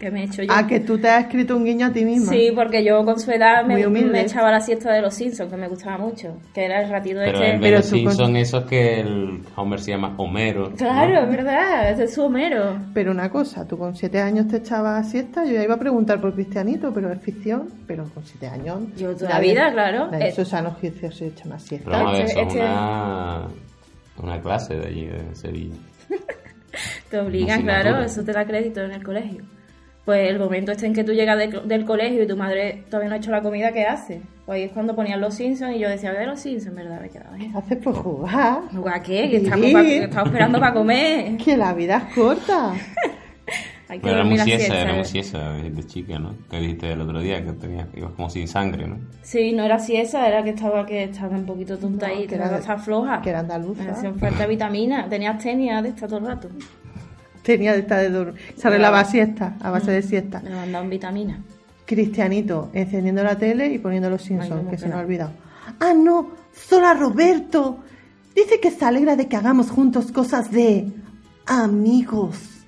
Speaker 1: Que me he hecho yo.
Speaker 2: A Ah, que tú te has escrito un guiño a ti misma.
Speaker 1: Sí, porque yo con su edad me,
Speaker 2: Muy humilde.
Speaker 1: me echaba la siesta de los Simpsons, que me gustaba mucho. Que era el ratito
Speaker 3: Pero
Speaker 1: este.
Speaker 3: en vez
Speaker 2: Pero
Speaker 3: de
Speaker 2: tú
Speaker 3: Simpson,
Speaker 2: con-
Speaker 3: eso es que el Homer se llama Homero. ¿no?
Speaker 1: Claro, es verdad, ese es su Homero.
Speaker 2: Pero una cosa, tú con siete años te echabas a siesta, yo ya iba a preguntar por Cristianito, pero es ficción, pero con siete años...
Speaker 1: Yo toda la vida, claro.
Speaker 2: nadie-
Speaker 1: Eh.
Speaker 2: Susana Gicio se echa una siesta.
Speaker 3: Pero vamos a ver,
Speaker 1: Este-
Speaker 3: eso es
Speaker 1: este-
Speaker 3: una, una clase de allí, de Sevilla.
Speaker 1: Te obligan,
Speaker 3: Una
Speaker 1: claro,
Speaker 3: asignatura.
Speaker 1: eso te da crédito en el colegio. Pues el momento este en que tú llegas del, del colegio y tu madre todavía no ha hecho la comida, ¿qué hace? Pues ahí es cuando ponían los Simpsons y yo decía, de los Simpsons, ¿verdad? Me quedaba
Speaker 2: ¿Qué
Speaker 1: ahí.
Speaker 2: haces por jugar?
Speaker 1: ¿Jugar a qué? Que
Speaker 2: Vivir.
Speaker 1: estamos, pa- que estamos esperando para comer.
Speaker 2: Que la vida es corta.
Speaker 1: Hay que
Speaker 3: Pero era
Speaker 1: dormir la
Speaker 3: musiesa,
Speaker 1: siesta. ¿eh?
Speaker 3: era musiesa de chica, ¿no? Que dijiste el otro día que tenías, ibas como sin sangre, ¿no?
Speaker 1: Sí, no era siesa, era que estaba, que estaba un poquito tonta
Speaker 2: No,
Speaker 1: ahí,
Speaker 2: que
Speaker 1: que estaba
Speaker 2: era-
Speaker 1: estaba floja.
Speaker 2: que era andaluza.
Speaker 1: Me hacían falta vitamina, tenía tenía de esta todo el rato.
Speaker 2: Tenía de estar de dormir. Se arreglaba a siesta, a base de siesta.
Speaker 1: Me mandaban vitamina.
Speaker 2: Cristianito, encendiendo la tele y poniendo los
Speaker 1: Ay,
Speaker 2: Simpsons,
Speaker 1: no,
Speaker 2: que se me ha
Speaker 1: espera.
Speaker 2: olvidado. ¡Ah, no! ¡Sola Roberto! Dice que se alegra de que hagamos juntos cosas de amigos.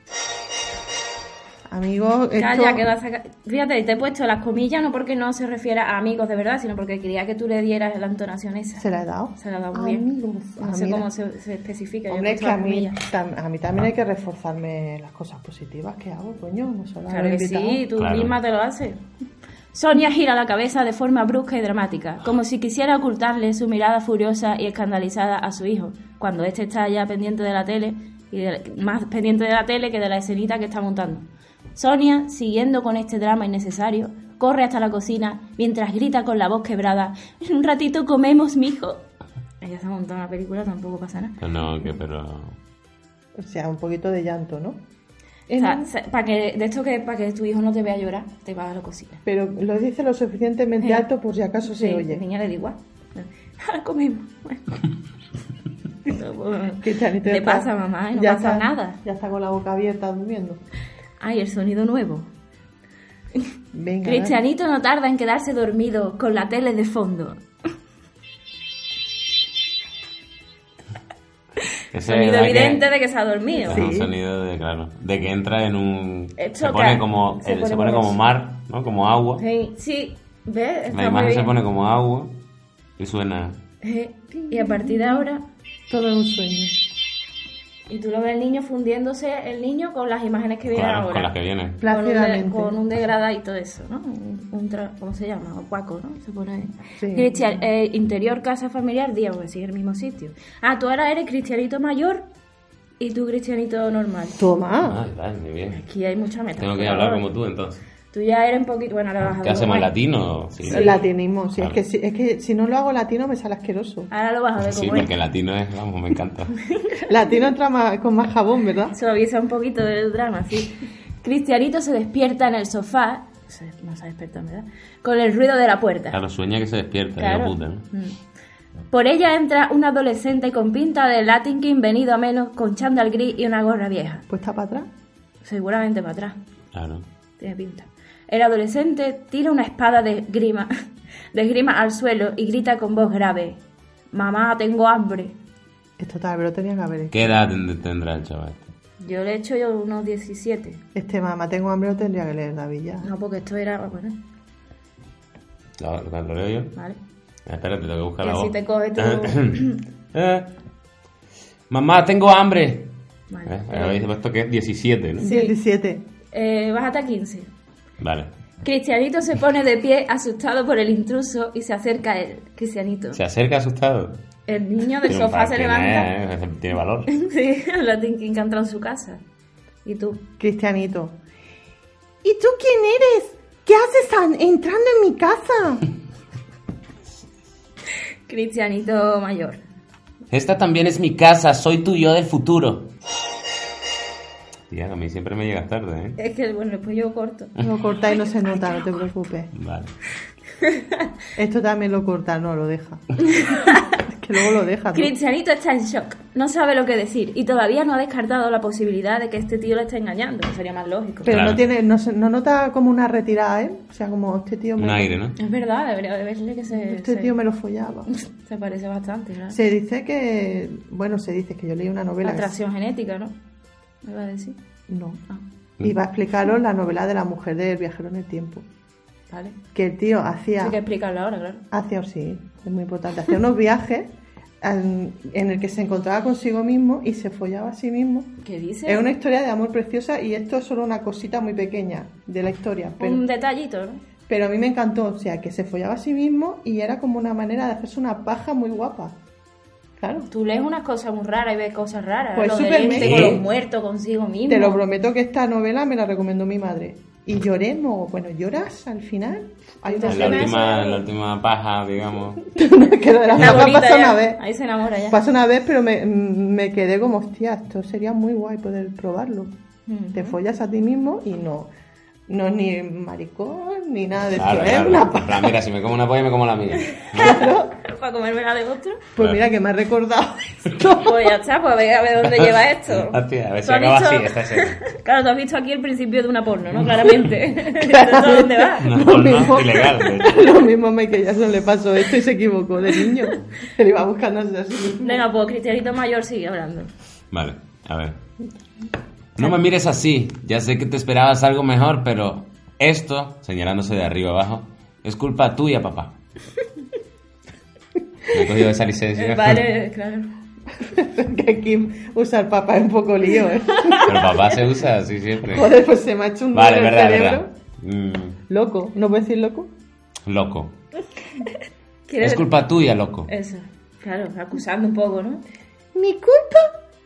Speaker 2: Amigos, esto...
Speaker 1: Calla, que la saca- Fíjate, te he puesto las comillas no porque no se refiera a amigos de verdad, sino porque quería que tú le dieras la entonación esa.
Speaker 2: ¿Se la he dado?
Speaker 1: Se la ha dado muy bien.
Speaker 2: amigos.
Speaker 1: No
Speaker 2: Ah,
Speaker 1: sé
Speaker 2: mira.
Speaker 1: cómo se, se especifica. yo
Speaker 2: Hombre,
Speaker 1: he
Speaker 2: es
Speaker 1: puesto
Speaker 2: que a
Speaker 1: las
Speaker 2: mí,
Speaker 1: comillas.
Speaker 2: tam- a mí también hay que reforzarme las cosas positivas que hago, coño. No solo
Speaker 1: Claro que sí, tú
Speaker 3: Claro.
Speaker 1: misma te lo haces. Sonia gira la cabeza de forma brusca y dramática, como si quisiera ocultarle su mirada furiosa y escandalizada a su hijo, cuando éste está ya pendiente de la tele, y de- más pendiente de la tele que de la escenita que está montando. Sonia, siguiendo con este drama innecesario, corre hasta la cocina mientras grita con la voz quebrada: En un ratito comemos, mijo. Ella se ha montado una película, tampoco pasa nada.
Speaker 3: Que No, que pero...
Speaker 2: O sea, un poquito de llanto, ¿no? Em,
Speaker 1: para que, de esto que para que tu hijo no te vea llorar, te vas a la cocina.
Speaker 2: Pero lo dice lo suficientemente
Speaker 1: Sí.
Speaker 2: alto por si acaso
Speaker 1: eh, Sí,
Speaker 2: se
Speaker 1: la
Speaker 2: oye.
Speaker 1: niña le da igual. Ahora comemos. Bueno.
Speaker 2: Cristianito
Speaker 1: Le
Speaker 2: ya está-
Speaker 1: pasa, mamá, y no
Speaker 2: ya
Speaker 1: pasa
Speaker 2: está-
Speaker 1: nada.
Speaker 2: Ya está con la boca abierta durmiendo.
Speaker 1: Ay, el sonido nuevo.
Speaker 2: Venga.
Speaker 1: Cristianito no tarda en quedarse dormido con la tele de fondo.
Speaker 3: Ese
Speaker 1: Sonido
Speaker 3: era que-
Speaker 1: evidente de que se ha dormido.
Speaker 3: Es
Speaker 2: Sí.
Speaker 3: un sonido de, claro, de que entra en un...
Speaker 1: Esto
Speaker 3: se pone,
Speaker 1: que-
Speaker 3: como,
Speaker 1: Eh, se
Speaker 3: el-
Speaker 1: pone
Speaker 3: se pone
Speaker 1: borroso.
Speaker 3: como mar, ¿no? Como agua.
Speaker 1: Sí, sí, ¿ves? Está
Speaker 3: La
Speaker 1: muy
Speaker 3: imagen se
Speaker 1: bien.
Speaker 3: pone como agua y suena...
Speaker 1: Eh, Y a partir de ahora,
Speaker 2: Todo es un sueño.
Speaker 1: y tú lo ves el niño fundiéndose, el niño con las imágenes que vienen
Speaker 3: Claro,
Speaker 1: ahora.
Speaker 3: con las que vienen.
Speaker 1: Con un de-
Speaker 2: Plácidamente.
Speaker 1: Con un degradado y todo eso, ¿no? Un, un tra- ¿Cómo se llama? Opaco, ¿no? Se pone...
Speaker 2: Sí.
Speaker 1: Cristian, eh, interior, casa familiar, día, porque sigue el mismo sitio. Ah, tú ahora eres cristianito mayor y tú cristianito normal.
Speaker 2: Toma.
Speaker 3: Ay, ay, muy bien.
Speaker 1: Aquí hay mucha meta.
Speaker 3: Tengo que hablar como tú entonces.
Speaker 1: Tú ya eres un poquito. Ah, Bueno, ahora vas a
Speaker 3: ¿Qué hace
Speaker 1: ver.
Speaker 3: más latino? Sí,
Speaker 1: Sí.
Speaker 2: Latinismo, sí,
Speaker 3: Claro.
Speaker 2: es, que, si- es que si no lo hago latino me sale asqueroso.
Speaker 1: Ahora lo vas a ver
Speaker 3: Sí,
Speaker 1: como
Speaker 3: porque
Speaker 1: es.
Speaker 3: latino es, vamos, me encanta.
Speaker 2: Latino entra más- con más jabón, ¿verdad?
Speaker 1: Suaviza un poquito del drama, sí. Cristianito se despierta en el sofá. se- No se ha despertado, ¿verdad? Con el ruido de la puerta.
Speaker 3: Claro, sueña que se despierta,
Speaker 1: Claro.
Speaker 3: la puta, ¿no?
Speaker 1: Mm. Por ella entra un adolescente con pinta de Latin King venido a menos, con chándal gris y una gorra vieja.
Speaker 2: Pues está para atrás.
Speaker 1: Seguramente para atrás,
Speaker 3: Claro.
Speaker 1: tiene pinta. El adolescente tira una espada de grima, de esgrima al suelo y grita con voz grave: Mamá, tengo hambre.
Speaker 2: Esto tal, pero tenía que haber hecho.
Speaker 3: ¿Qué edad ten- tendrá el chaval?
Speaker 1: Yo le he hecho yo unos 17.
Speaker 2: Este mamá, tengo hambre, lo tendría que leer David ya.
Speaker 1: No, porque esto era. Bueno,
Speaker 3: ¿Lo, lo- lo leo yo?
Speaker 1: vale.
Speaker 3: Espérate, tengo que buscar
Speaker 1: Y
Speaker 3: la
Speaker 1: así
Speaker 3: voz.
Speaker 1: te coge tú.
Speaker 3: Eh, Mamá, tengo hambre.
Speaker 1: Vale.
Speaker 3: Eh, habéis puesto que es 17, ¿no?
Speaker 2: 17.
Speaker 1: Eh, bájate a 15.
Speaker 3: Vale.
Speaker 1: Cristianito se pone de pie, asustado por el intruso, y se acerca a él. Cristianito.
Speaker 3: Se acerca asustado.
Speaker 1: El niño del
Speaker 3: Tiene un
Speaker 1: sofá se
Speaker 3: parque,
Speaker 1: levanta.
Speaker 3: ¿eh? Tiene valor.
Speaker 1: Sí, el Latin King que ha entrado en su casa. ¿Y tú?
Speaker 2: Cristianito. ¿Y tú quién eres? ¿Qué haces an- entrando en mi casa?
Speaker 1: Cristianito mayor.
Speaker 3: Esta también es mi casa, soy tu yo del futuro. Tía, a mí siempre me llegas tarde, ¿eh?
Speaker 1: Es que, bueno, después yo corto.
Speaker 2: Lo corta y no se nota, no te preocupes.
Speaker 3: Vale.
Speaker 2: Esto también lo corta, no, lo deja. Es que luego lo deja. tú.
Speaker 1: Cristianito está en shock, no sabe lo que decir y todavía no ha descartado la posibilidad de que este tío le esté engañando, que sería más lógico.
Speaker 2: Pero
Speaker 3: Claro.
Speaker 2: no tiene, no, se- no nota como una retirada, ¿eh? O sea, como este tío me,
Speaker 3: Un aire, ¿no?
Speaker 1: Es verdad, debería de verle que se,
Speaker 2: este
Speaker 1: se-
Speaker 2: tío me lo follaba.
Speaker 1: se parece bastante, ¿verdad?
Speaker 2: Se dice que, bueno, se dice que yo leí una novela. que-
Speaker 1: Atracción genética, ¿no? Me iba a decir.
Speaker 2: no.
Speaker 1: Ah,
Speaker 3: Mm.
Speaker 2: Y va a explicaros la novela de la mujer del viajero en el tiempo.
Speaker 1: vale.
Speaker 2: Que el tío
Speaker 1: Eso
Speaker 2: hacía
Speaker 1: hay que explicarlo ahora, claro.
Speaker 2: Hacía, oh, sí, es muy importante. Hacía unos viajes en, en el que se encontraba consigo mismo y se follaba a sí mismo.
Speaker 1: ¿Qué dice?
Speaker 2: Es una historia de amor preciosa y esto es solo una cosita muy pequeña de la historia. Pero,
Speaker 1: Un detallito, ¿no?
Speaker 2: pero a mí me encantó, o sea, que se follaba a sí mismo y era como una manera de hacerse una paja muy guapa. Claro.
Speaker 1: Tú lees unas cosas muy raras y ves cosas raras.
Speaker 2: Pues
Speaker 1: lo de
Speaker 2: Superman.
Speaker 1: irte con
Speaker 3: ¿Eh?
Speaker 1: los muertos consigo mismo.
Speaker 2: Te lo prometo que esta novela me la recomendó mi madre. Y lloré, mo- bueno, lloras al final. Hay una
Speaker 1: Pues
Speaker 3: En la
Speaker 1: se me
Speaker 2: escena
Speaker 3: última,
Speaker 1: hace-
Speaker 3: en la última paja, digamos.
Speaker 2: que lo de la Pues,
Speaker 1: Está
Speaker 2: paja
Speaker 1: bonita
Speaker 2: pasa
Speaker 1: ya.
Speaker 2: una vez.
Speaker 1: Ahí se enamora ya.
Speaker 2: Pasó una vez, pero me, me quedé como, hostia, esto sería muy guay poder probarlo.
Speaker 1: Ujú.
Speaker 2: Te follas a ti mismo y no, no es ni maricón ni nada de
Speaker 3: Claro,
Speaker 2: eso. es
Speaker 3: claro.
Speaker 2: una
Speaker 3: En
Speaker 2: paja.
Speaker 3: plan, Mira, si me como una polla, me como la mía.
Speaker 1: Para comérmela de otro.
Speaker 2: Pues mira que me ha recordado esto.
Speaker 1: Pues ya está, pues a ver, a ver dónde lleva esto.
Speaker 3: Hostia, a ver si
Speaker 1: ¿Tú has
Speaker 3: acaba
Speaker 1: visto-
Speaker 3: así esta Mm. escena.
Speaker 1: Claro, tú has visto aquí el principio de una porno, ¿no? Claramente. Entonces, ¿a dónde va?
Speaker 3: No,
Speaker 2: Lo
Speaker 3: no,
Speaker 2: mismo.
Speaker 3: ilegal. de hecho.
Speaker 2: Lo mismo a Michael Jackson le pasó esto y se equivocó de niño. Él iba buscando a su-
Speaker 1: Venga, pues Cristianito Mayor sigue hablando.
Speaker 3: Vale, a ver. No me mires así. Ya sé que te esperabas algo mejor, pero esto, señalándose de arriba abajo, es culpa tuya, papá. Me he cogido esa licencia.
Speaker 1: Vale, claro.
Speaker 2: que aquí usar papá es un poco lío, ¿eh?
Speaker 3: Pero papá se usa así siempre.
Speaker 2: Joder, pues se me ha hecho un nudo
Speaker 3: Vale,
Speaker 2: en
Speaker 3: verdad,
Speaker 2: el cerebro.
Speaker 3: verdad. Mm,
Speaker 2: Loco, ¿no puedo decir loco?
Speaker 3: loco.
Speaker 1: ¿Quieres- Eh.
Speaker 3: Es culpa tuya, loco.
Speaker 1: Eso. Claro, acusando un poco, ¿no?
Speaker 2: ¿Mi culpa?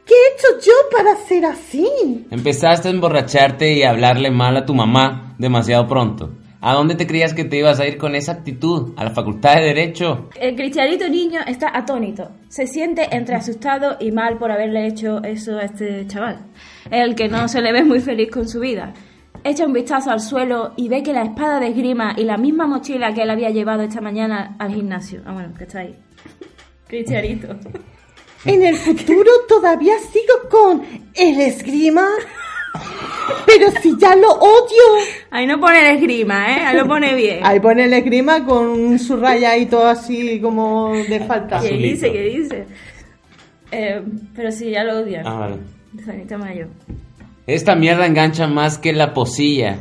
Speaker 2: ¿Qué he hecho yo para ser así?
Speaker 3: Empezaste a emborracharte y a hablarle mal a tu mamá demasiado pronto. ¿A dónde te creías que te ibas a ir con esa actitud? ¿A la facultad de Derecho?
Speaker 1: El Cristianito niño está atónito. Se siente entre asustado y mal por haberle hecho eso a este chaval. El que no se le ve muy feliz con su vida. Echa un vistazo al suelo y ve que la espada de esgrima y la misma mochila que él había llevado esta mañana al gimnasio. Ah, bueno, que está ahí. Cristianito.
Speaker 2: En el futuro todavía sigo con el esgrima. Pero si ya lo odio.
Speaker 1: Ahí no pone el esgrima, ¿eh? Ahí lo pone bien.
Speaker 2: Ahí pone el esgrima con un subrayadito así como de falta.
Speaker 1: ¿Qué
Speaker 3: azulito.
Speaker 1: dice? ¿Qué dice? Eh, pero sí, ya lo odian.
Speaker 3: Ah, vale.
Speaker 1: Sanita Mayo.
Speaker 3: Esta mierda engancha más que la posilla.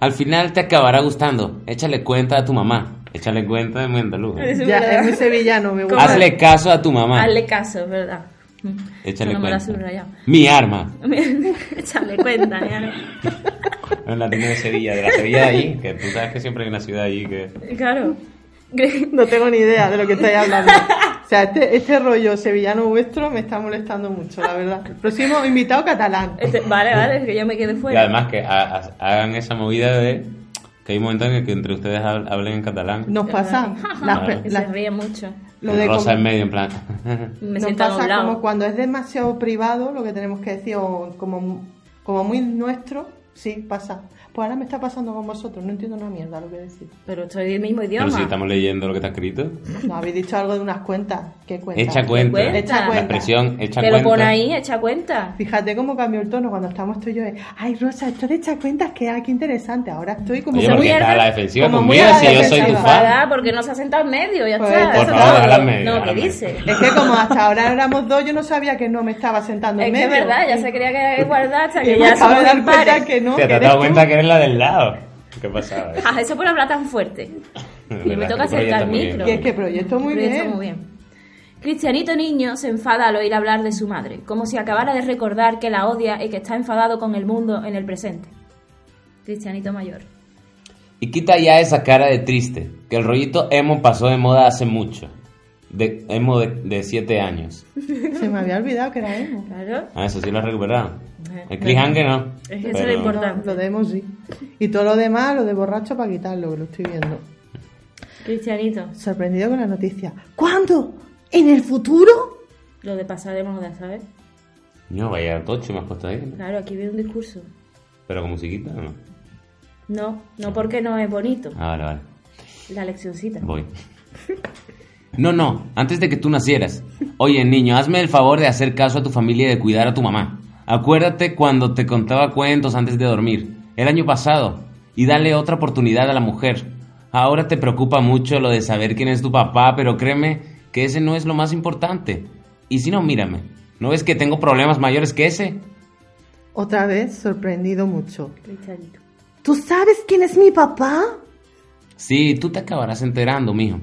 Speaker 3: Al final te acabará gustando. Échale cuenta a tu mamá. Échale cuenta de Mendelú.
Speaker 1: Es
Speaker 2: Ya,
Speaker 1: verdad.
Speaker 2: es muy sevillano, me
Speaker 1: ¿Cómo?
Speaker 2: gusta.
Speaker 3: Hazle caso a tu mamá.
Speaker 1: Hazle caso, ¿verdad? Mm.
Speaker 3: Échale
Speaker 1: Eso no me lo has
Speaker 3: cuenta.
Speaker 1: subrayado.
Speaker 3: Mi arma.
Speaker 1: Échale cuenta, ya.
Speaker 3: En la tienda de Sevilla, de la Sevilla de allí, que tú sabes que siempre hay una ciudad allí que...
Speaker 1: Claro. Gre-
Speaker 2: No tengo ni idea de lo que estáis hablando. O sea, este, este rollo sevillano vuestro me está molestando mucho, la verdad. Próximo invitado catalán.
Speaker 1: Este- vale, vale, que yo me quedé
Speaker 3: Y
Speaker 1: fuera.
Speaker 3: además que ha- ha- hagan esa movida de... Que hay un momento en el que entre ustedes hab- hablen en catalán.
Speaker 2: Nos pasa. las
Speaker 3: Claro.
Speaker 2: pe- las-
Speaker 1: Se ríe mucho.
Speaker 2: lo de
Speaker 3: Rosa
Speaker 2: como-
Speaker 3: en medio, en plan.
Speaker 1: Me
Speaker 2: nos
Speaker 1: siento a un
Speaker 2: pasa
Speaker 1: lado.
Speaker 2: como cuando es demasiado privado lo que tenemos que decir, o como, como muy nuestro, sí, pasa. Pues ahora me está pasando con vosotros, no entiendo una mierda lo que decís.
Speaker 1: Pero estoy del mismo idioma.
Speaker 3: Pero si estamos leyendo lo que está escrito.
Speaker 2: Nos habéis dicho algo de unas cuentas. ¿Qué cuentas?
Speaker 3: Echa cuenta.
Speaker 1: Cuenta.
Speaker 2: Echa
Speaker 3: La
Speaker 2: cuenta.
Speaker 3: expresión, echa
Speaker 1: Te
Speaker 3: cuenta.
Speaker 1: lo pone ahí, echa cuenta.
Speaker 2: Fíjate cómo cambió el tono cuando estamos tú y yo. eh, Ay, Rosa, esto de echa cuentas que ah, qué interesante. Ahora estoy como.
Speaker 3: Oye,
Speaker 1: Como
Speaker 3: ¿por
Speaker 1: muy
Speaker 3: qué estás a la
Speaker 1: arran-
Speaker 3: defensiva
Speaker 2: como muy
Speaker 3: conmigo
Speaker 2: a la
Speaker 3: si yo soy tu
Speaker 2: defensiva.
Speaker 3: fan?
Speaker 1: Enfadada porque no se ha sentado en medio, ya
Speaker 2: Pues,
Speaker 1: está.
Speaker 2: por
Speaker 1: Eso
Speaker 3: favor,
Speaker 1: no-
Speaker 3: déjala en medio,
Speaker 1: No,
Speaker 3: déjala
Speaker 1: ¿qué
Speaker 3: en medio.
Speaker 1: dice?
Speaker 2: Es que como hasta ahora éramos dos, yo no sabía que no me estaba sentando
Speaker 1: Es
Speaker 2: en
Speaker 1: que
Speaker 2: medio.
Speaker 1: es verdad, ya se creía que era igualdad hasta
Speaker 2: Y
Speaker 1: que
Speaker 2: me
Speaker 1: ya
Speaker 2: acabo de
Speaker 1: somos
Speaker 2: dar cuenta
Speaker 1: impares.
Speaker 2: que no.
Speaker 3: Hostia,
Speaker 2: que
Speaker 3: te has
Speaker 2: eres
Speaker 3: dado
Speaker 2: tú.
Speaker 3: cuenta que eres la del lado. ¿Qué pasa?
Speaker 1: Ah, eso por hablar tan fuerte. Y Ah, me toca acercar el micro.
Speaker 2: Que es que proyecto muy
Speaker 1: Pero
Speaker 2: bien.
Speaker 1: está muy bien. Cristianito niño se enfada al oír hablar de su madre, como si acabara de recordar que la odia y que está enfadado con el mundo en el presente. Cristianito mayor.
Speaker 3: Y quita ya esa cara de triste, que el rollito emo pasó de moda hace mucho. De, emo de- de 7 años.
Speaker 2: Se me había olvidado que era emo.
Speaker 1: Claro.
Speaker 3: Ah, eso sí lo has recuperado. El
Speaker 1: Bueno.
Speaker 3: cliffhanger no.
Speaker 1: Es que eso
Speaker 3: pero-
Speaker 1: lo importa.
Speaker 2: No, lo de emo sí. Y todo lo demás, lo de borracho para quitarlo, que lo estoy viendo.
Speaker 1: Cristianito,
Speaker 2: Sorprendido con la noticia. ¿Cuándo? ¿En el futuro?
Speaker 1: lo de pasar de moda, ¿sabes?
Speaker 3: No, vaya tocho me has puesto ahí. ¿no?
Speaker 1: Claro, aquí viene un discurso.
Speaker 3: Pero con musiquita, ¿no?
Speaker 1: No, no porque no es bonito.
Speaker 3: Ah, vale, vale.
Speaker 1: La leccioncita.
Speaker 3: Voy. No, no, antes de que tú nacieras. Oye, niño, hazme el favor de hacer caso a tu familia y de cuidar a tu mamá. Acuérdate cuando te contaba cuentos antes de dormir, el año pasado, y dale otra oportunidad a la mujer. Ahora te preocupa mucho lo de saber quién es tu papá, pero créeme que ese no es lo más importante. Y si no, mírame. ¿No ves que tengo problemas mayores que ese?
Speaker 2: Otra vez, sorprendido mucho.
Speaker 1: Cristianito.
Speaker 2: ¿Tú sabes quién es mi papá?
Speaker 3: Sí, tú te acabarás enterando, mijo.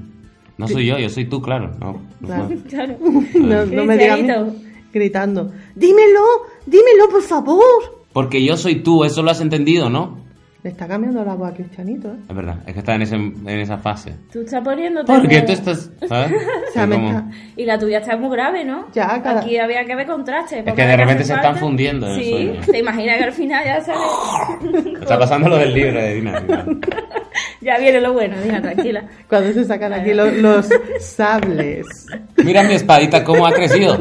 Speaker 3: No soy yo, yo soy tú, claro. No, no
Speaker 2: Claro.
Speaker 3: puedo.
Speaker 1: Claro.
Speaker 2: No, no me digas.
Speaker 1: Cristianito.
Speaker 2: Gritando. Dímelo, dímelo, por favor.
Speaker 3: Porque yo soy tú, eso lo has entendido, ¿no?
Speaker 2: Le está cambiando la voz a Cristianito, ¿eh?
Speaker 3: Es verdad, es que está en, ese- en esa fase.
Speaker 1: Tú estás poniéndote.
Speaker 3: Porque
Speaker 1: moda.
Speaker 3: tú estás, ¿sabes?
Speaker 2: O sea,
Speaker 3: Es
Speaker 2: me
Speaker 3: como-
Speaker 2: está-
Speaker 1: Y la tuya está muy grave, ¿no?
Speaker 2: Ya, cada-
Speaker 1: Aquí había que ver contraste. porque
Speaker 3: que de
Speaker 1: ahora
Speaker 3: repente
Speaker 1: hace
Speaker 3: se están fundiendo en el
Speaker 1: Sí,
Speaker 3: sueño.
Speaker 1: te imaginas que al final ya sale.
Speaker 3: Está pasando lo del libro de Dina.
Speaker 1: ya viene lo bueno, mira, tranquila.
Speaker 2: Cuando se sacan aquí lo- los, sables.
Speaker 3: Mira mi espadita cómo ha crecido.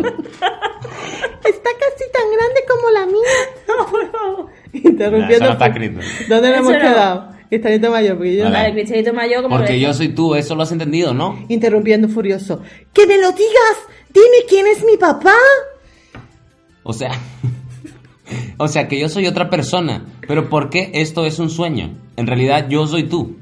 Speaker 2: Está casi tan grande como la mía.
Speaker 1: No, por favor.
Speaker 3: Nah, eso
Speaker 2: Interrumpiendo.
Speaker 3: no está escrito.
Speaker 2: ¿Dónde
Speaker 1: Eso
Speaker 2: nos hemos
Speaker 1: no.
Speaker 2: quedado? Cristianito mayor, porque yo-
Speaker 3: Vale.
Speaker 1: Vale, Cristianito Mayor, como
Speaker 3: Porque
Speaker 1: ves.
Speaker 3: yo soy tú, eso lo has entendido, ¿no?
Speaker 2: Interrumpiendo furioso. ¡Que me lo digas! ¡Dime quién es mi papá!
Speaker 3: O sea, o sea que yo soy otra persona. Pero ¿por qué esto es un sueño? En realidad yo soy tú.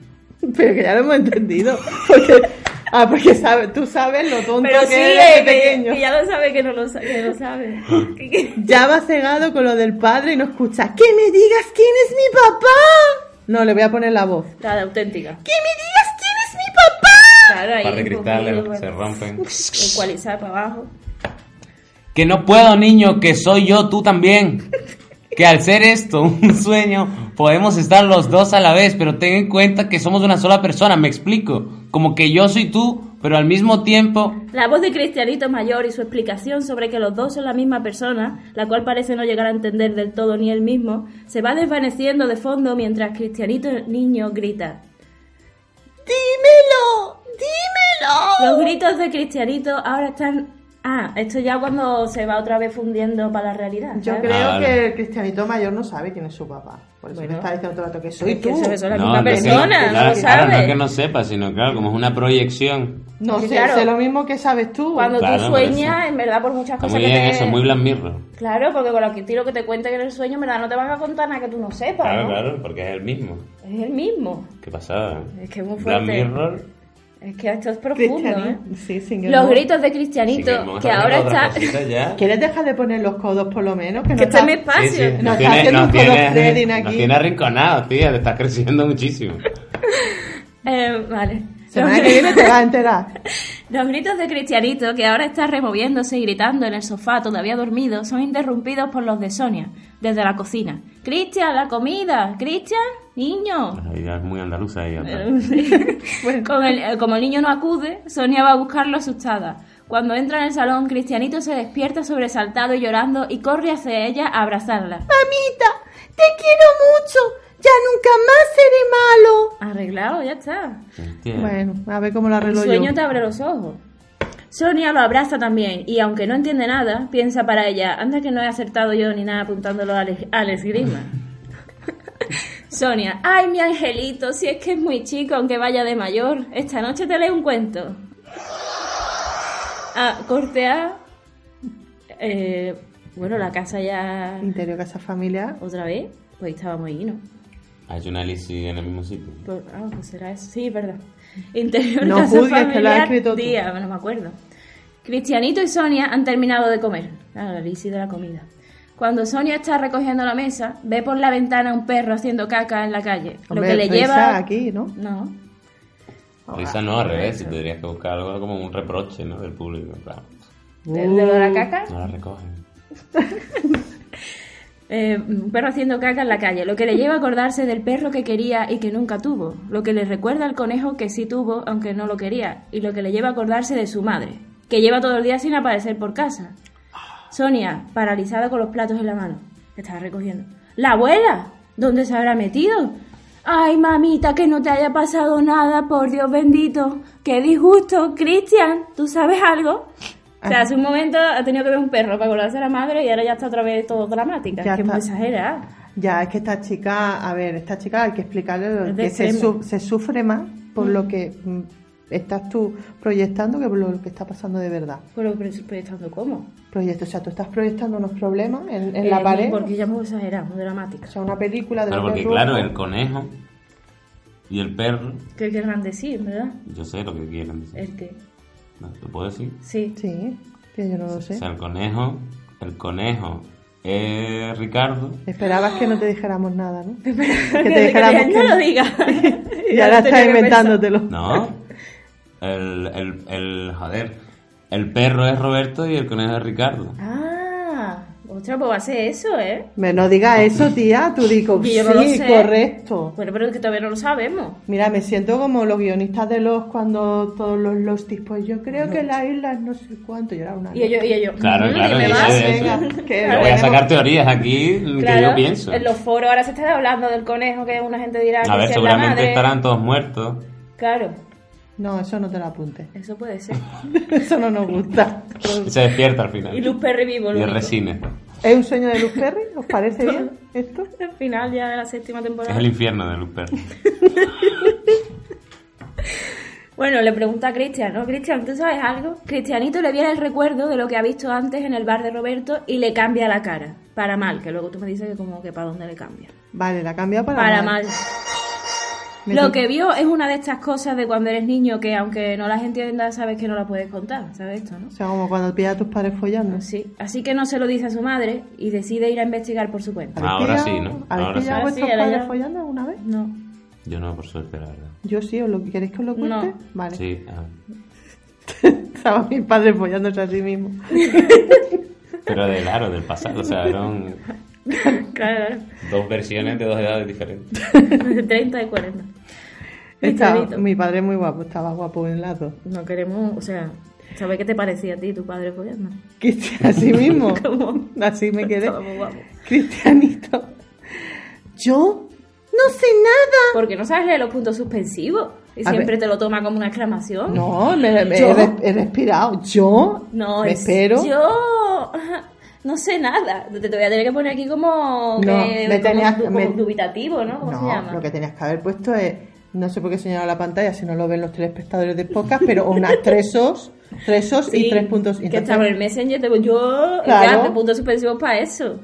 Speaker 2: Pero que ya lo hemos entendido. Porque, ah, porque sabes, tú sabes lo tonto
Speaker 1: Pero
Speaker 2: que
Speaker 1: sí,
Speaker 2: eres de
Speaker 1: eh, que,
Speaker 2: pequeño.
Speaker 1: que ya lo sabe que no lo, sa- que lo sabe.
Speaker 3: Ah.
Speaker 1: Que- que-
Speaker 2: Ya va cegado con lo del padre y no escucha. ¡Que me digas quién es mi papá! No, le voy a poner la voz.
Speaker 1: La de auténtica.
Speaker 2: ¡Que me digas quién es mi papá!
Speaker 1: Claro, ahí.
Speaker 3: Un par de
Speaker 1: un
Speaker 3: cristales
Speaker 1: poquillo,
Speaker 3: se
Speaker 1: bueno,
Speaker 3: rompen.
Speaker 1: Ecualizar para abajo.
Speaker 3: Que no puedo, niño, que soy yo, tú también. Que al ser esto un sueño, podemos estar los dos a la vez, pero ten en cuenta que somos una sola persona, me explico. Como que yo soy tú, pero al mismo tiempo...
Speaker 1: La voz de Cristianito Mayor y su explicación sobre que los dos son la misma persona, la cual parece no llegar a entender del todo ni él mismo, se va desvaneciendo de fondo mientras Cristianito Niño grita.
Speaker 2: ¡Dímelo! ¡Dímelo!
Speaker 1: Los gritos de Cristianito ahora están... Ah, esto ya cuando se va otra vez fundiendo para la realidad.
Speaker 2: Yo
Speaker 1: ¿sabes?
Speaker 2: creo
Speaker 3: Ah, vale.
Speaker 2: que el cristianito mayor no sabe quién es su papá. Por eso
Speaker 1: Bueno.
Speaker 2: me está diciendo todo el rato que soy
Speaker 1: Es que
Speaker 2: tú.
Speaker 1: eso es la
Speaker 3: No,
Speaker 1: misma
Speaker 3: no sé,
Speaker 1: persona, no
Speaker 3: claro,
Speaker 1: lo
Speaker 3: claro, no es
Speaker 1: sabes. Ah,
Speaker 3: que no sepa, sino claro, como es una proyección.
Speaker 2: No
Speaker 1: Que
Speaker 2: sé,
Speaker 1: claro.
Speaker 2: sé lo mismo que sabes tú.
Speaker 1: Cuando
Speaker 3: Claro,
Speaker 1: tú
Speaker 3: por eso.
Speaker 1: sueñas, en verdad, por muchas
Speaker 3: Está
Speaker 1: cosas
Speaker 3: muy
Speaker 1: que
Speaker 3: bien
Speaker 1: te-
Speaker 3: eso, muy Black Mirror.
Speaker 1: Claro, porque con lo que tiro que te cuente que en el sueño, en verdad, no te van a contar nada que tú no sepas,
Speaker 3: Claro,
Speaker 1: ¿no?
Speaker 3: claro, porque es el mismo.
Speaker 1: Es el mismo.
Speaker 3: ¿Qué pasaba?
Speaker 1: Es que es muy
Speaker 3: Black
Speaker 1: fuerte.
Speaker 3: Mirror...
Speaker 1: Es que esto es profundo, ¿eh?
Speaker 2: Cristianito. Sí, sin
Speaker 1: Los
Speaker 2: que-
Speaker 1: gritos de
Speaker 3: Sí, que
Speaker 1: Cristianito,
Speaker 3: vamos
Speaker 1: que
Speaker 3: a
Speaker 1: ahora
Speaker 3: hablar de otra
Speaker 1: está...
Speaker 3: cosita ya.
Speaker 2: ¿Quieres dejar de poner los codos por lo menos? Que no
Speaker 1: que está en mi
Speaker 2: está-
Speaker 1: espacio.
Speaker 3: Sí, sí,
Speaker 2: Nos
Speaker 3: Nos
Speaker 2: está haciendo
Speaker 3: tiene, nos
Speaker 2: un color
Speaker 3: tiene,
Speaker 2: threading
Speaker 3: nos
Speaker 2: aquí.
Speaker 3: tiene arrinconado, tía, te estás creciendo muchísimo.
Speaker 1: Eh, vale.
Speaker 2: Semana que viene te vas a enterar.
Speaker 1: Los gritos de Cristianito, que ahora está removiéndose y gritando en el sofá todavía dormido, son interrumpidos por los de Sonia, desde la cocina. Cristian, la comida. Cristian, niño.
Speaker 3: Ay, ya es muy andaluza ella. otra vez.
Speaker 1: Con el- eh, como el niño no acude, Sonia va a buscarlo asustada. Cuando entra en el salón, Cristianito se despierta sobresaltado y llorando y corre hacia ella a abrazarla.
Speaker 2: Mamita, te quiero mucho. ¡Ya nunca más seré malo!
Speaker 1: Arreglado, ya está.
Speaker 3: Entiendo.
Speaker 2: Bueno, a ver cómo lo
Speaker 1: El
Speaker 2: arreglo
Speaker 1: sueño
Speaker 2: yo.
Speaker 1: te abre los ojos. Sonia lo abraza también y aunque no entiende nada, piensa para ella, anda que no he acertado yo ni nada apuntándolo al, es- al esgrima. Sonia, ay mi angelito, si es que es muy chico aunque vaya de mayor, esta noche te leo un cuento. Ah, corte A. Eh, bueno, la casa ya
Speaker 2: Interior casa familiar.
Speaker 1: otra vez, pues estábamos ahí, ¿no?
Speaker 3: Hay un Alice en el mismo sitio.
Speaker 1: Por- ah, pues será eso. Sí, verdad. Interior
Speaker 2: No
Speaker 1: casa
Speaker 2: juzgues, que lo has
Speaker 1: familiar,
Speaker 2: escrito tú.
Speaker 1: día, no me acuerdo. Cristianito y Sonia han terminado de comer. Ah, la bici de la comida. Cuando Sonia está recogiendo la mesa, ve por la ventana un perro haciendo caca en la calle. lo
Speaker 2: Hombre,
Speaker 1: que le
Speaker 2: risa
Speaker 1: lleva...
Speaker 2: aquí, ¿no?
Speaker 1: No.
Speaker 3: Risa no, al revés. Si tendrías que buscar algo como un reproche, ¿no? Del público. Claro.
Speaker 2: Uh.
Speaker 1: ¿El de lo de la caca?
Speaker 3: No la recogen.
Speaker 1: Eh, un perro haciendo caca en la calle, lo que le lleva a acordarse del perro que quería y que nunca tuvo, lo que le recuerda al conejo que sí tuvo aunque no lo quería, y lo que le lleva a acordarse de su madre, que lleva todo el día sin aparecer por casa. Sonia, paralizada con los platos en la mano, que estaba recogiendo. ¡La abuela! ¿Dónde se habrá metido? ¡Ay, mamita, que no te haya pasado nada, por Dios bendito! ¡Qué disgusto! Cristian, ¿tú sabes algo? O sea, hace un momento ha tenido que ver un perro para acordarse de la madre y ahora ya está otra vez todo dramática.
Speaker 2: Ya
Speaker 1: es que es muy
Speaker 2: está.
Speaker 1: exagerada.
Speaker 2: Ya, es que esta chica, a ver, esta chica hay que explicarle
Speaker 1: Es
Speaker 2: lo
Speaker 1: de
Speaker 2: que se,
Speaker 1: extremo.
Speaker 2: su- se sufre más por lo que mm, estás tú proyectando que por lo que está pasando de verdad.
Speaker 1: Pero, pero, pero estando cómo.
Speaker 2: Proyecto, o sea, tú estás proyectando unos problemas en, en
Speaker 1: Eh,
Speaker 2: la pared,
Speaker 1: Porque ya muy exagerada, muy dramática.
Speaker 2: o sea, una película de
Speaker 3: Claro,
Speaker 2: los
Speaker 3: porque
Speaker 2: Berrucos.
Speaker 3: claro, el conejo y el perro,
Speaker 1: ¿Qué querrán decir, verdad?
Speaker 3: yo sé lo que quieren decir.
Speaker 1: El que.
Speaker 3: ¿No? ¿Te puedo decir?
Speaker 1: Sí.
Speaker 2: Sí, que yo no lo sé.
Speaker 3: O sea, el conejo, el conejo es Ricardo
Speaker 2: Esperabas que no te dijéramos nada, ¿no? que
Speaker 1: Que
Speaker 2: te dijéramos
Speaker 1: no lo
Speaker 2: que
Speaker 1: diga.
Speaker 2: y ahora estás inventándotelo.
Speaker 3: No. El, el, el, joder. El perro es Roberto y el conejo es Ricardo.
Speaker 1: Ah, ostras, pues va a ser eso, ¿eh?
Speaker 2: Me no digas eso, tía, tú digo,
Speaker 1: Que
Speaker 2: sí,
Speaker 1: yo no lo sé.
Speaker 2: correcto.
Speaker 1: Bueno, pero es que todavía no lo sabemos.
Speaker 2: Mira, me siento como los guionistas de los cuando todos los los tipos, yo creo que la isla es no sé cuánto, yo era una
Speaker 1: Y ellos, y ellos.
Speaker 3: Claro,
Speaker 1: "Mm,
Speaker 3: claro.
Speaker 1: dime
Speaker 3: yo
Speaker 1: más".
Speaker 3: sé
Speaker 2: Venga,
Speaker 3: eso.
Speaker 2: que
Speaker 3: Yo voy a
Speaker 2: tenemos-
Speaker 3: sacar teorías aquí que
Speaker 1: Claro,
Speaker 3: yo pienso.
Speaker 1: En los foros ahora se está hablando del conejo, que una gente dirá
Speaker 3: A
Speaker 1: que
Speaker 3: ver,
Speaker 1: si es la
Speaker 3: seguramente
Speaker 1: madre.
Speaker 3: estarán todos muertos.
Speaker 1: Claro,
Speaker 2: No, eso no te lo apuntes.
Speaker 1: eso puede ser.
Speaker 2: Eso no nos gusta.
Speaker 3: Y se despierta al
Speaker 1: Y
Speaker 3: final.
Speaker 1: Luz Perry vivo, lo
Speaker 3: Y es
Speaker 1: único.
Speaker 3: resine.
Speaker 2: ¿Es un sueño de Luz Perry? ¿Os parece bien esto?
Speaker 1: Al final ya de la séptima
Speaker 3: Es
Speaker 1: temporada.
Speaker 3: el infierno de Luper.
Speaker 1: Bueno, le pregunta a Cristian, ¿no? Cristian, ¿tú sabes algo? Cristianito le viene el recuerdo de lo que ha visto antes en el bar de Roberto y le cambia la cara. Para mal, que luego tú me dices que como que para dónde le cambia.
Speaker 2: Vale, la cambia para,
Speaker 1: Para mal.
Speaker 2: Me
Speaker 1: Lo
Speaker 2: to-
Speaker 1: que vio es una de estas cosas de cuando eres niño que aunque no las entiendas sabes que no las puedes contar, ¿sabes esto, no?
Speaker 2: O sea, como cuando pillas a tus padres follando.
Speaker 1: Sí. Así que no se lo dice a su madre y decide ir a investigar por su cuenta.
Speaker 2: ¿Habéis pillado-
Speaker 3: Ahora sí, ¿no?
Speaker 2: ¿Habéis
Speaker 3: Ahora
Speaker 2: pillado
Speaker 3: sí.
Speaker 2: a vuestros
Speaker 1: Sí, ahora
Speaker 2: padres
Speaker 1: ya.
Speaker 2: follando alguna vez?
Speaker 1: No.
Speaker 3: Yo no, por suerte, la verdad.
Speaker 2: Yo sí, ¿os lo queréis que os lo cuente?
Speaker 1: No.
Speaker 2: Vale.
Speaker 3: Sí, ah. a ver.
Speaker 2: Estaban mis padres follándose a sí mismos.
Speaker 3: pero del aro, del pasado. O sea, eran
Speaker 1: Claro,
Speaker 3: dos versiones de dos edades diferentes.
Speaker 1: claro. 30 y 40.
Speaker 2: Estaba-
Speaker 1: Cristianito.
Speaker 2: mi padre es muy guapo, estaba guapo en las dos.
Speaker 1: No queremos, o sea, ¿sabes qué te parecía a ti tu padre follando?
Speaker 2: Cristian, Así mismo.
Speaker 1: ¿Cómo?
Speaker 2: Así me quedé.
Speaker 1: Estaba muy guapo.
Speaker 2: Cristianito. Yo no sé nada.
Speaker 1: Porque no sabes leer los puntos suspensivos y
Speaker 2: A
Speaker 1: siempre
Speaker 2: ver.
Speaker 1: te lo toma como una exclamación.
Speaker 2: No, me, me-
Speaker 1: ¿Yo?
Speaker 2: He, res- he respirado. Yo
Speaker 1: No,
Speaker 2: me
Speaker 1: es
Speaker 2: espero.
Speaker 1: Yo no sé nada. Te, te voy a tener que poner aquí como,
Speaker 2: No,
Speaker 1: que-
Speaker 2: me
Speaker 1: como
Speaker 2: tenías-
Speaker 1: du- como
Speaker 2: me-
Speaker 1: dubitativo, ¿no? ¿Cómo se
Speaker 2: No,
Speaker 1: llama?
Speaker 2: lo que tenías que haber puesto es, no sé por qué he señalado la pantalla, si no lo ven los telespectadores de podcast, pero unas tresos, tresos
Speaker 1: Sí,
Speaker 2: y tres puntos. y
Speaker 1: que
Speaker 2: entonces-
Speaker 1: estaba en el Messenger, te- yo
Speaker 2: Claro.
Speaker 1: ya de puntos suspensivos para eso.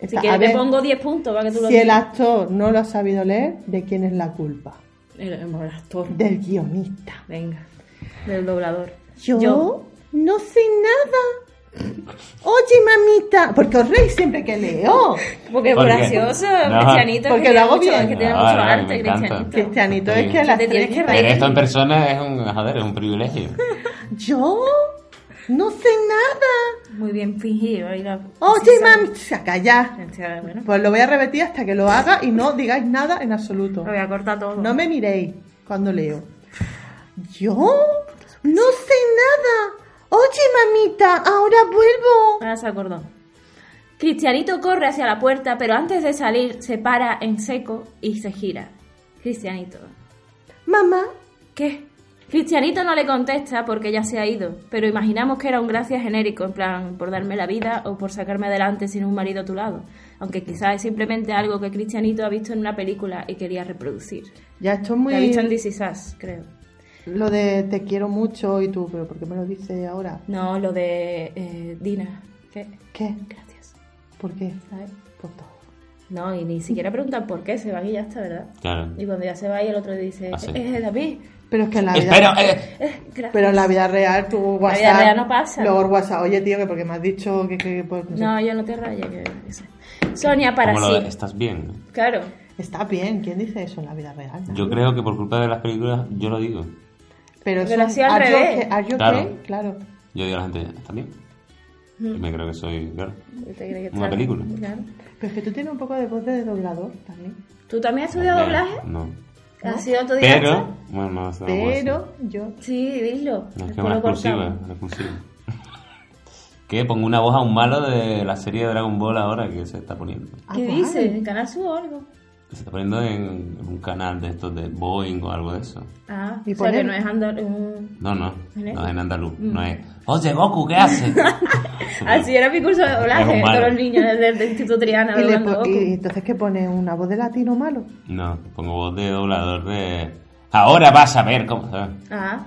Speaker 1: Si
Speaker 2: Está- a
Speaker 1: quieres
Speaker 2: ver,
Speaker 1: te pongo 10 puntos para que tú lo
Speaker 2: si el
Speaker 1: digas.
Speaker 2: actor no lo ha sabido leer, ¿de quién es la culpa?
Speaker 1: El, el actor.
Speaker 2: Del guionista.
Speaker 1: Venga, del doblador.
Speaker 2: Yo, no sé nada. Oye, mamita, porque os reís siempre que leo.
Speaker 1: Porque es
Speaker 3: ¿Por qué?
Speaker 1: gracioso,
Speaker 3: No.
Speaker 1: Cristianito. es
Speaker 2: Porque
Speaker 1: que
Speaker 2: lo
Speaker 1: tiene
Speaker 2: hago
Speaker 1: mucho-
Speaker 2: bien.
Speaker 1: Es que tiene
Speaker 3: No,
Speaker 1: mucho
Speaker 3: no, me
Speaker 1: arte,
Speaker 3: encanta.
Speaker 1: Cristianito.
Speaker 2: Cristianito, es que
Speaker 3: Te
Speaker 2: las
Speaker 1: tienes
Speaker 2: tres-
Speaker 1: que
Speaker 3: Pero esto en persona es un, joder, es un privilegio.
Speaker 2: Yo no sé nada.
Speaker 1: Muy bien fingido. ahí la-
Speaker 2: Oye,
Speaker 1: sí,
Speaker 2: mamita, calla.
Speaker 1: sabe. O sea, Bueno,
Speaker 2: Pues lo voy a repetir hasta que lo haga y no digáis nada en absoluto.
Speaker 1: lo voy a cortar todo.
Speaker 2: No me miréis cuando leo. Yo no sé nada. Oye, mamita, ahora vuelvo.
Speaker 1: Ahora se acordó. Cristianito corre hacia la puerta, pero antes de salir se para en seco y se gira. Cristianito.
Speaker 2: Mamá,
Speaker 1: ¿Qué? Cristianito no le contesta porque ya se ha ido, pero imaginamos que era un gracias genérico, en plan por darme la vida o por sacarme adelante sin un marido a tu lado, aunque quizás es simplemente algo que Cristianito ha visto en una película y quería reproducir.
Speaker 2: ya esto es muy...
Speaker 1: Lo ha visto en This Is Us, creo.
Speaker 2: Lo de te quiero mucho y tú, pero ¿por qué me lo dices ahora?
Speaker 1: No, lo de eh, Dina. ¿Qué?
Speaker 2: ¿Qué?
Speaker 1: Gracias.
Speaker 2: ¿Por qué?
Speaker 1: ¿Sabes?
Speaker 2: Por todo.
Speaker 1: No, y ni siquiera preguntan por qué, se van y ya está, ¿verdad?
Speaker 3: Claro.
Speaker 1: Y cuando ya se va y el otro dice,
Speaker 3: Ah, sí.
Speaker 1: eh, eh, David,
Speaker 2: Pero es que en la vida...
Speaker 3: Espera, eh,
Speaker 1: eh, gracias.
Speaker 2: Pero en la vida real, tu WhatsApp...
Speaker 1: vida real no pasa.
Speaker 2: Luego el WhatsApp, oye tío, que porque me has dicho que... que- pues, no sé.
Speaker 1: No, yo no te rayes. que- que sé. Sonia para
Speaker 3: como lo de- este.
Speaker 1: sí.
Speaker 3: estás bien. ¿no?
Speaker 1: Claro.
Speaker 2: Está bien, ¿quién dice eso en la vida real? Nadie.
Speaker 3: Yo creo que por culpa de las películas yo lo digo.
Speaker 2: Pero
Speaker 1: Pero
Speaker 2: eso-
Speaker 1: hacía al
Speaker 2: ¿are you
Speaker 1: revés.
Speaker 2: okay? ¿Are you
Speaker 3: Claro.
Speaker 2: okay? Claro.
Speaker 3: Yo digo a la gente, ¿está bien?
Speaker 1: Mm.
Speaker 3: Y me creo que soy... claro.
Speaker 1: ¿Te crees que
Speaker 3: Una
Speaker 1: está-
Speaker 3: película.
Speaker 1: Claro.
Speaker 2: Pero es que tú tienes un poco de voz de doblador también.
Speaker 1: ¿Tú también has estudiado
Speaker 3: Espera,
Speaker 1: doblaje?
Speaker 3: No.
Speaker 1: ¿Has sido autodidacta?
Speaker 3: Pero... Bueno, no, eso no puedo decir.
Speaker 2: Pero yo...
Speaker 1: Sí, dilo.
Speaker 3: No, es que
Speaker 1: Después
Speaker 3: una
Speaker 1: lo
Speaker 3: exclusiva,
Speaker 1: cortamos.
Speaker 3: una exclusiva. ¿Qué? Pongo una voz a un malo de la serie de Dragon Ball ahora que se está poniendo.
Speaker 2: Ah,
Speaker 1: ¿Qué
Speaker 2: guay.
Speaker 1: dices? ¿En Canal Sur o algo?
Speaker 3: Que se está poniendo en, en un canal de estos de Boeing o algo de eso.
Speaker 1: Ah,
Speaker 2: ¿Y
Speaker 1: o sea
Speaker 2: poner?
Speaker 1: que no es andar... un-
Speaker 3: No, no,
Speaker 1: ¿En Mm.
Speaker 3: no es en andaluz, no es. Oye, Goku, ¿qué haces?
Speaker 1: Así Ah, era mi curso de doblaje,
Speaker 3: Es humano.
Speaker 1: todos los niños del, del Instituto Triana
Speaker 2: Y, le
Speaker 1: hablando
Speaker 2: po-
Speaker 1: Goku.
Speaker 2: y entonces que pone una voz de latino malo.
Speaker 3: No, pongo voz de doblador de. Ahora vas a ver cómo. ¿sabes?
Speaker 1: Ah,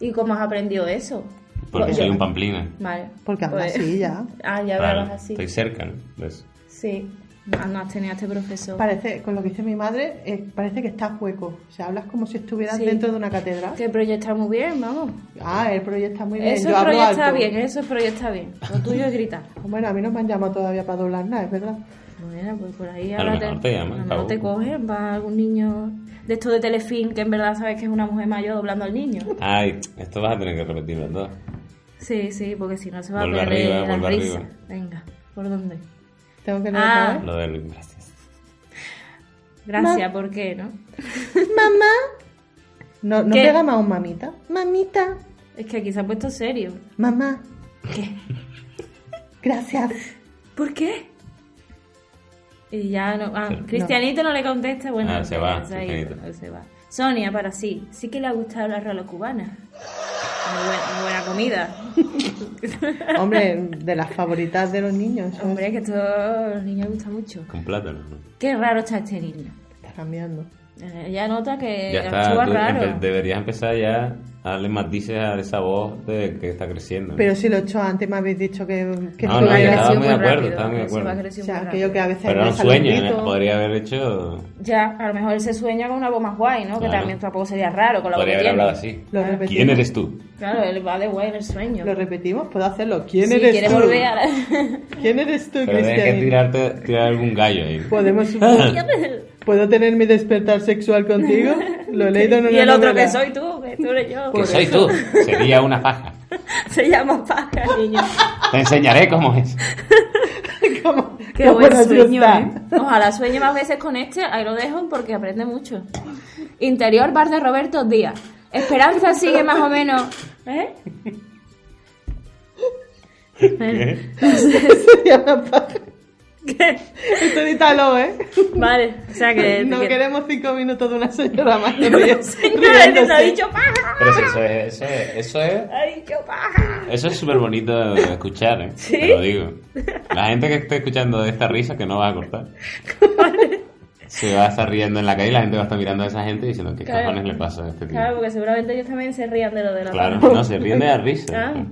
Speaker 1: ¿y cómo has aprendido eso?
Speaker 3: Porque
Speaker 1: Pues-
Speaker 3: soy un pamplina.
Speaker 1: Vale.
Speaker 2: Porque habla
Speaker 1: pues-
Speaker 2: así ya.
Speaker 1: Ah, ya
Speaker 3: Claro,
Speaker 1: hablabas así.
Speaker 3: estoy cerca, ¿no? ¿Ves?
Speaker 1: Sí, no, no has tenido a este profesor.
Speaker 2: Parece, con lo que dice mi madre, eh, parece que estás hueco. O sea, hablas como si estuvieras
Speaker 1: Sí.
Speaker 2: dentro de una catedral.
Speaker 1: Que proyecta muy bien, vamos.
Speaker 2: Ah, el proyecta muy bien.
Speaker 1: Eso
Speaker 2: Yo hablo
Speaker 1: proyecta
Speaker 2: alto.
Speaker 1: bien, eso proyecta bien. Lo tuyo es gritar.
Speaker 2: Bueno, a mí no me han llamado todavía para doblar nada, es verdad.
Speaker 1: Bueno, pues por ahí
Speaker 3: A
Speaker 1: ahora
Speaker 3: lo mejor te llaman,
Speaker 1: a lo
Speaker 3: Pau.
Speaker 1: mejor te cogen, va algún niño de esto de Telefilm que en verdad sabes que es una mujer mayor doblando al niño.
Speaker 3: Ay, esto vas a tener que repetirlo todo.
Speaker 1: Sí, sí, porque si no se va
Speaker 3: Vuelve
Speaker 1: a perder
Speaker 3: arriba,
Speaker 1: la
Speaker 3: vuelve
Speaker 1: risa.
Speaker 3: arriba.
Speaker 1: Venga, ¿por dónde?
Speaker 2: Tengo que
Speaker 1: Ah.
Speaker 2: leer
Speaker 3: Lo del. Gracias.
Speaker 1: Gracias, ¿por qué, no?
Speaker 2: otra vez. ¡Mamá! No, no
Speaker 1: ¿Qué?
Speaker 2: pega más un mamita. Mamita,
Speaker 1: Es que aquí se ha puesto serio.
Speaker 2: mamá,
Speaker 1: ¿Qué?
Speaker 2: gracias.
Speaker 1: ¿Por qué? Y ya no. ah, Cristianito no. le contesta, bueno,
Speaker 3: Ah, se va,
Speaker 1: ha ido,
Speaker 3: Cristianito.
Speaker 1: se va. Sonia, para sí, sí que le ha gustado la rola cubana. Muy buena, muy buena comida.
Speaker 2: Hombre, de las favoritas de los niños. Eso
Speaker 1: Hombre, que esto a los niños les gusta mucho.
Speaker 3: Con plátano. ¿no?
Speaker 1: Qué raro está este niño.
Speaker 2: está cambiando.
Speaker 1: Eh, Ella nota que
Speaker 3: Ya está,
Speaker 1: actúa
Speaker 3: tú
Speaker 1: raro.
Speaker 3: empe- deberías empezar ya a darle matices a esa voz de que está creciendo. ¿no?
Speaker 2: Pero si lo he hecho antes, me habéis dicho que, que
Speaker 3: No,
Speaker 1: Se
Speaker 3: no,
Speaker 1: va
Speaker 3: ya
Speaker 2: estuviera-
Speaker 3: estaba
Speaker 1: creciendo
Speaker 3: muy
Speaker 1: muy
Speaker 3: de acuerdo,
Speaker 1: rápido,
Speaker 3: estaba muy de
Speaker 1: se va
Speaker 3: acuerdo.
Speaker 2: O
Speaker 1: creciendo
Speaker 2: sea,
Speaker 1: muy
Speaker 2: aquello que
Speaker 1: rápido.
Speaker 2: a veces
Speaker 3: Pero era
Speaker 2: me
Speaker 3: un
Speaker 2: sale
Speaker 3: sueño, ¿eh?
Speaker 2: grito.
Speaker 3: podría haber hecho.
Speaker 1: Ya, a lo mejor él se sueña con una voz más guay, ¿no? Que
Speaker 3: Claro.
Speaker 1: también tampoco sería raro con la voz
Speaker 3: Podría
Speaker 1: que
Speaker 3: haber
Speaker 1: tiene.
Speaker 3: hablado así.
Speaker 2: Lo repetimos.
Speaker 3: ¿Quién eres tú?
Speaker 1: Claro, él va de guay en el sueño.
Speaker 2: Lo repetimos, puedo hacerlo. ¿Quién
Speaker 1: Si
Speaker 2: eres
Speaker 1: quiere
Speaker 2: tú?
Speaker 1: volver a la...
Speaker 2: ¿Quién eres tú,
Speaker 3: Pero tienes que
Speaker 2: Cristian?
Speaker 3: tirarte, tirar algún gallo ahí.
Speaker 2: Podemos ¿Puedo tener mi despertar sexual contigo? Lo he leído en una
Speaker 1: y el otro
Speaker 2: novela.
Speaker 1: que soy tú, que tú eres yo.
Speaker 3: Que soy tú. Sería una faja.
Speaker 1: Se llama paja, niño.
Speaker 3: Te enseñaré cómo es.
Speaker 2: ¿Cómo-
Speaker 1: Qué
Speaker 2: cómo
Speaker 1: buen
Speaker 2: nos
Speaker 1: sueño,
Speaker 2: gusta?
Speaker 1: ¿eh? Ojalá sueñe más veces con este, ahí lo dejo porque aprende mucho. Interior bar de Roberto Díaz. Esperanza sigue más o menos. ¿Eh?
Speaker 2: Sería una paja.
Speaker 1: ¿Eh? ¿Qué?
Speaker 2: Esto edítalo, ¿eh?
Speaker 1: Vale, o sea que.
Speaker 2: No
Speaker 1: que-
Speaker 2: queremos cinco minutos de una señora más que ríe-
Speaker 1: Señora, que te ha
Speaker 2: riéndose.
Speaker 1: dicho paja.
Speaker 3: Pero sí, eso es. Eso es. Eso es.
Speaker 1: Ha dicho paja.
Speaker 3: Eso es súper bonito de escuchar, ¿eh? Te lo digo. La gente que esté escuchando esta risa, que no va a cortar, se va a estar riendo en la calle y la gente va a estar mirando a esa gente diciendo qué
Speaker 1: Claro.
Speaker 3: cojones le pasa a este tío.
Speaker 1: Claro, porque seguramente ellos también se rían de lo de la
Speaker 3: Claro,
Speaker 1: paja.
Speaker 3: no, se ríen de la risa.
Speaker 1: Ah.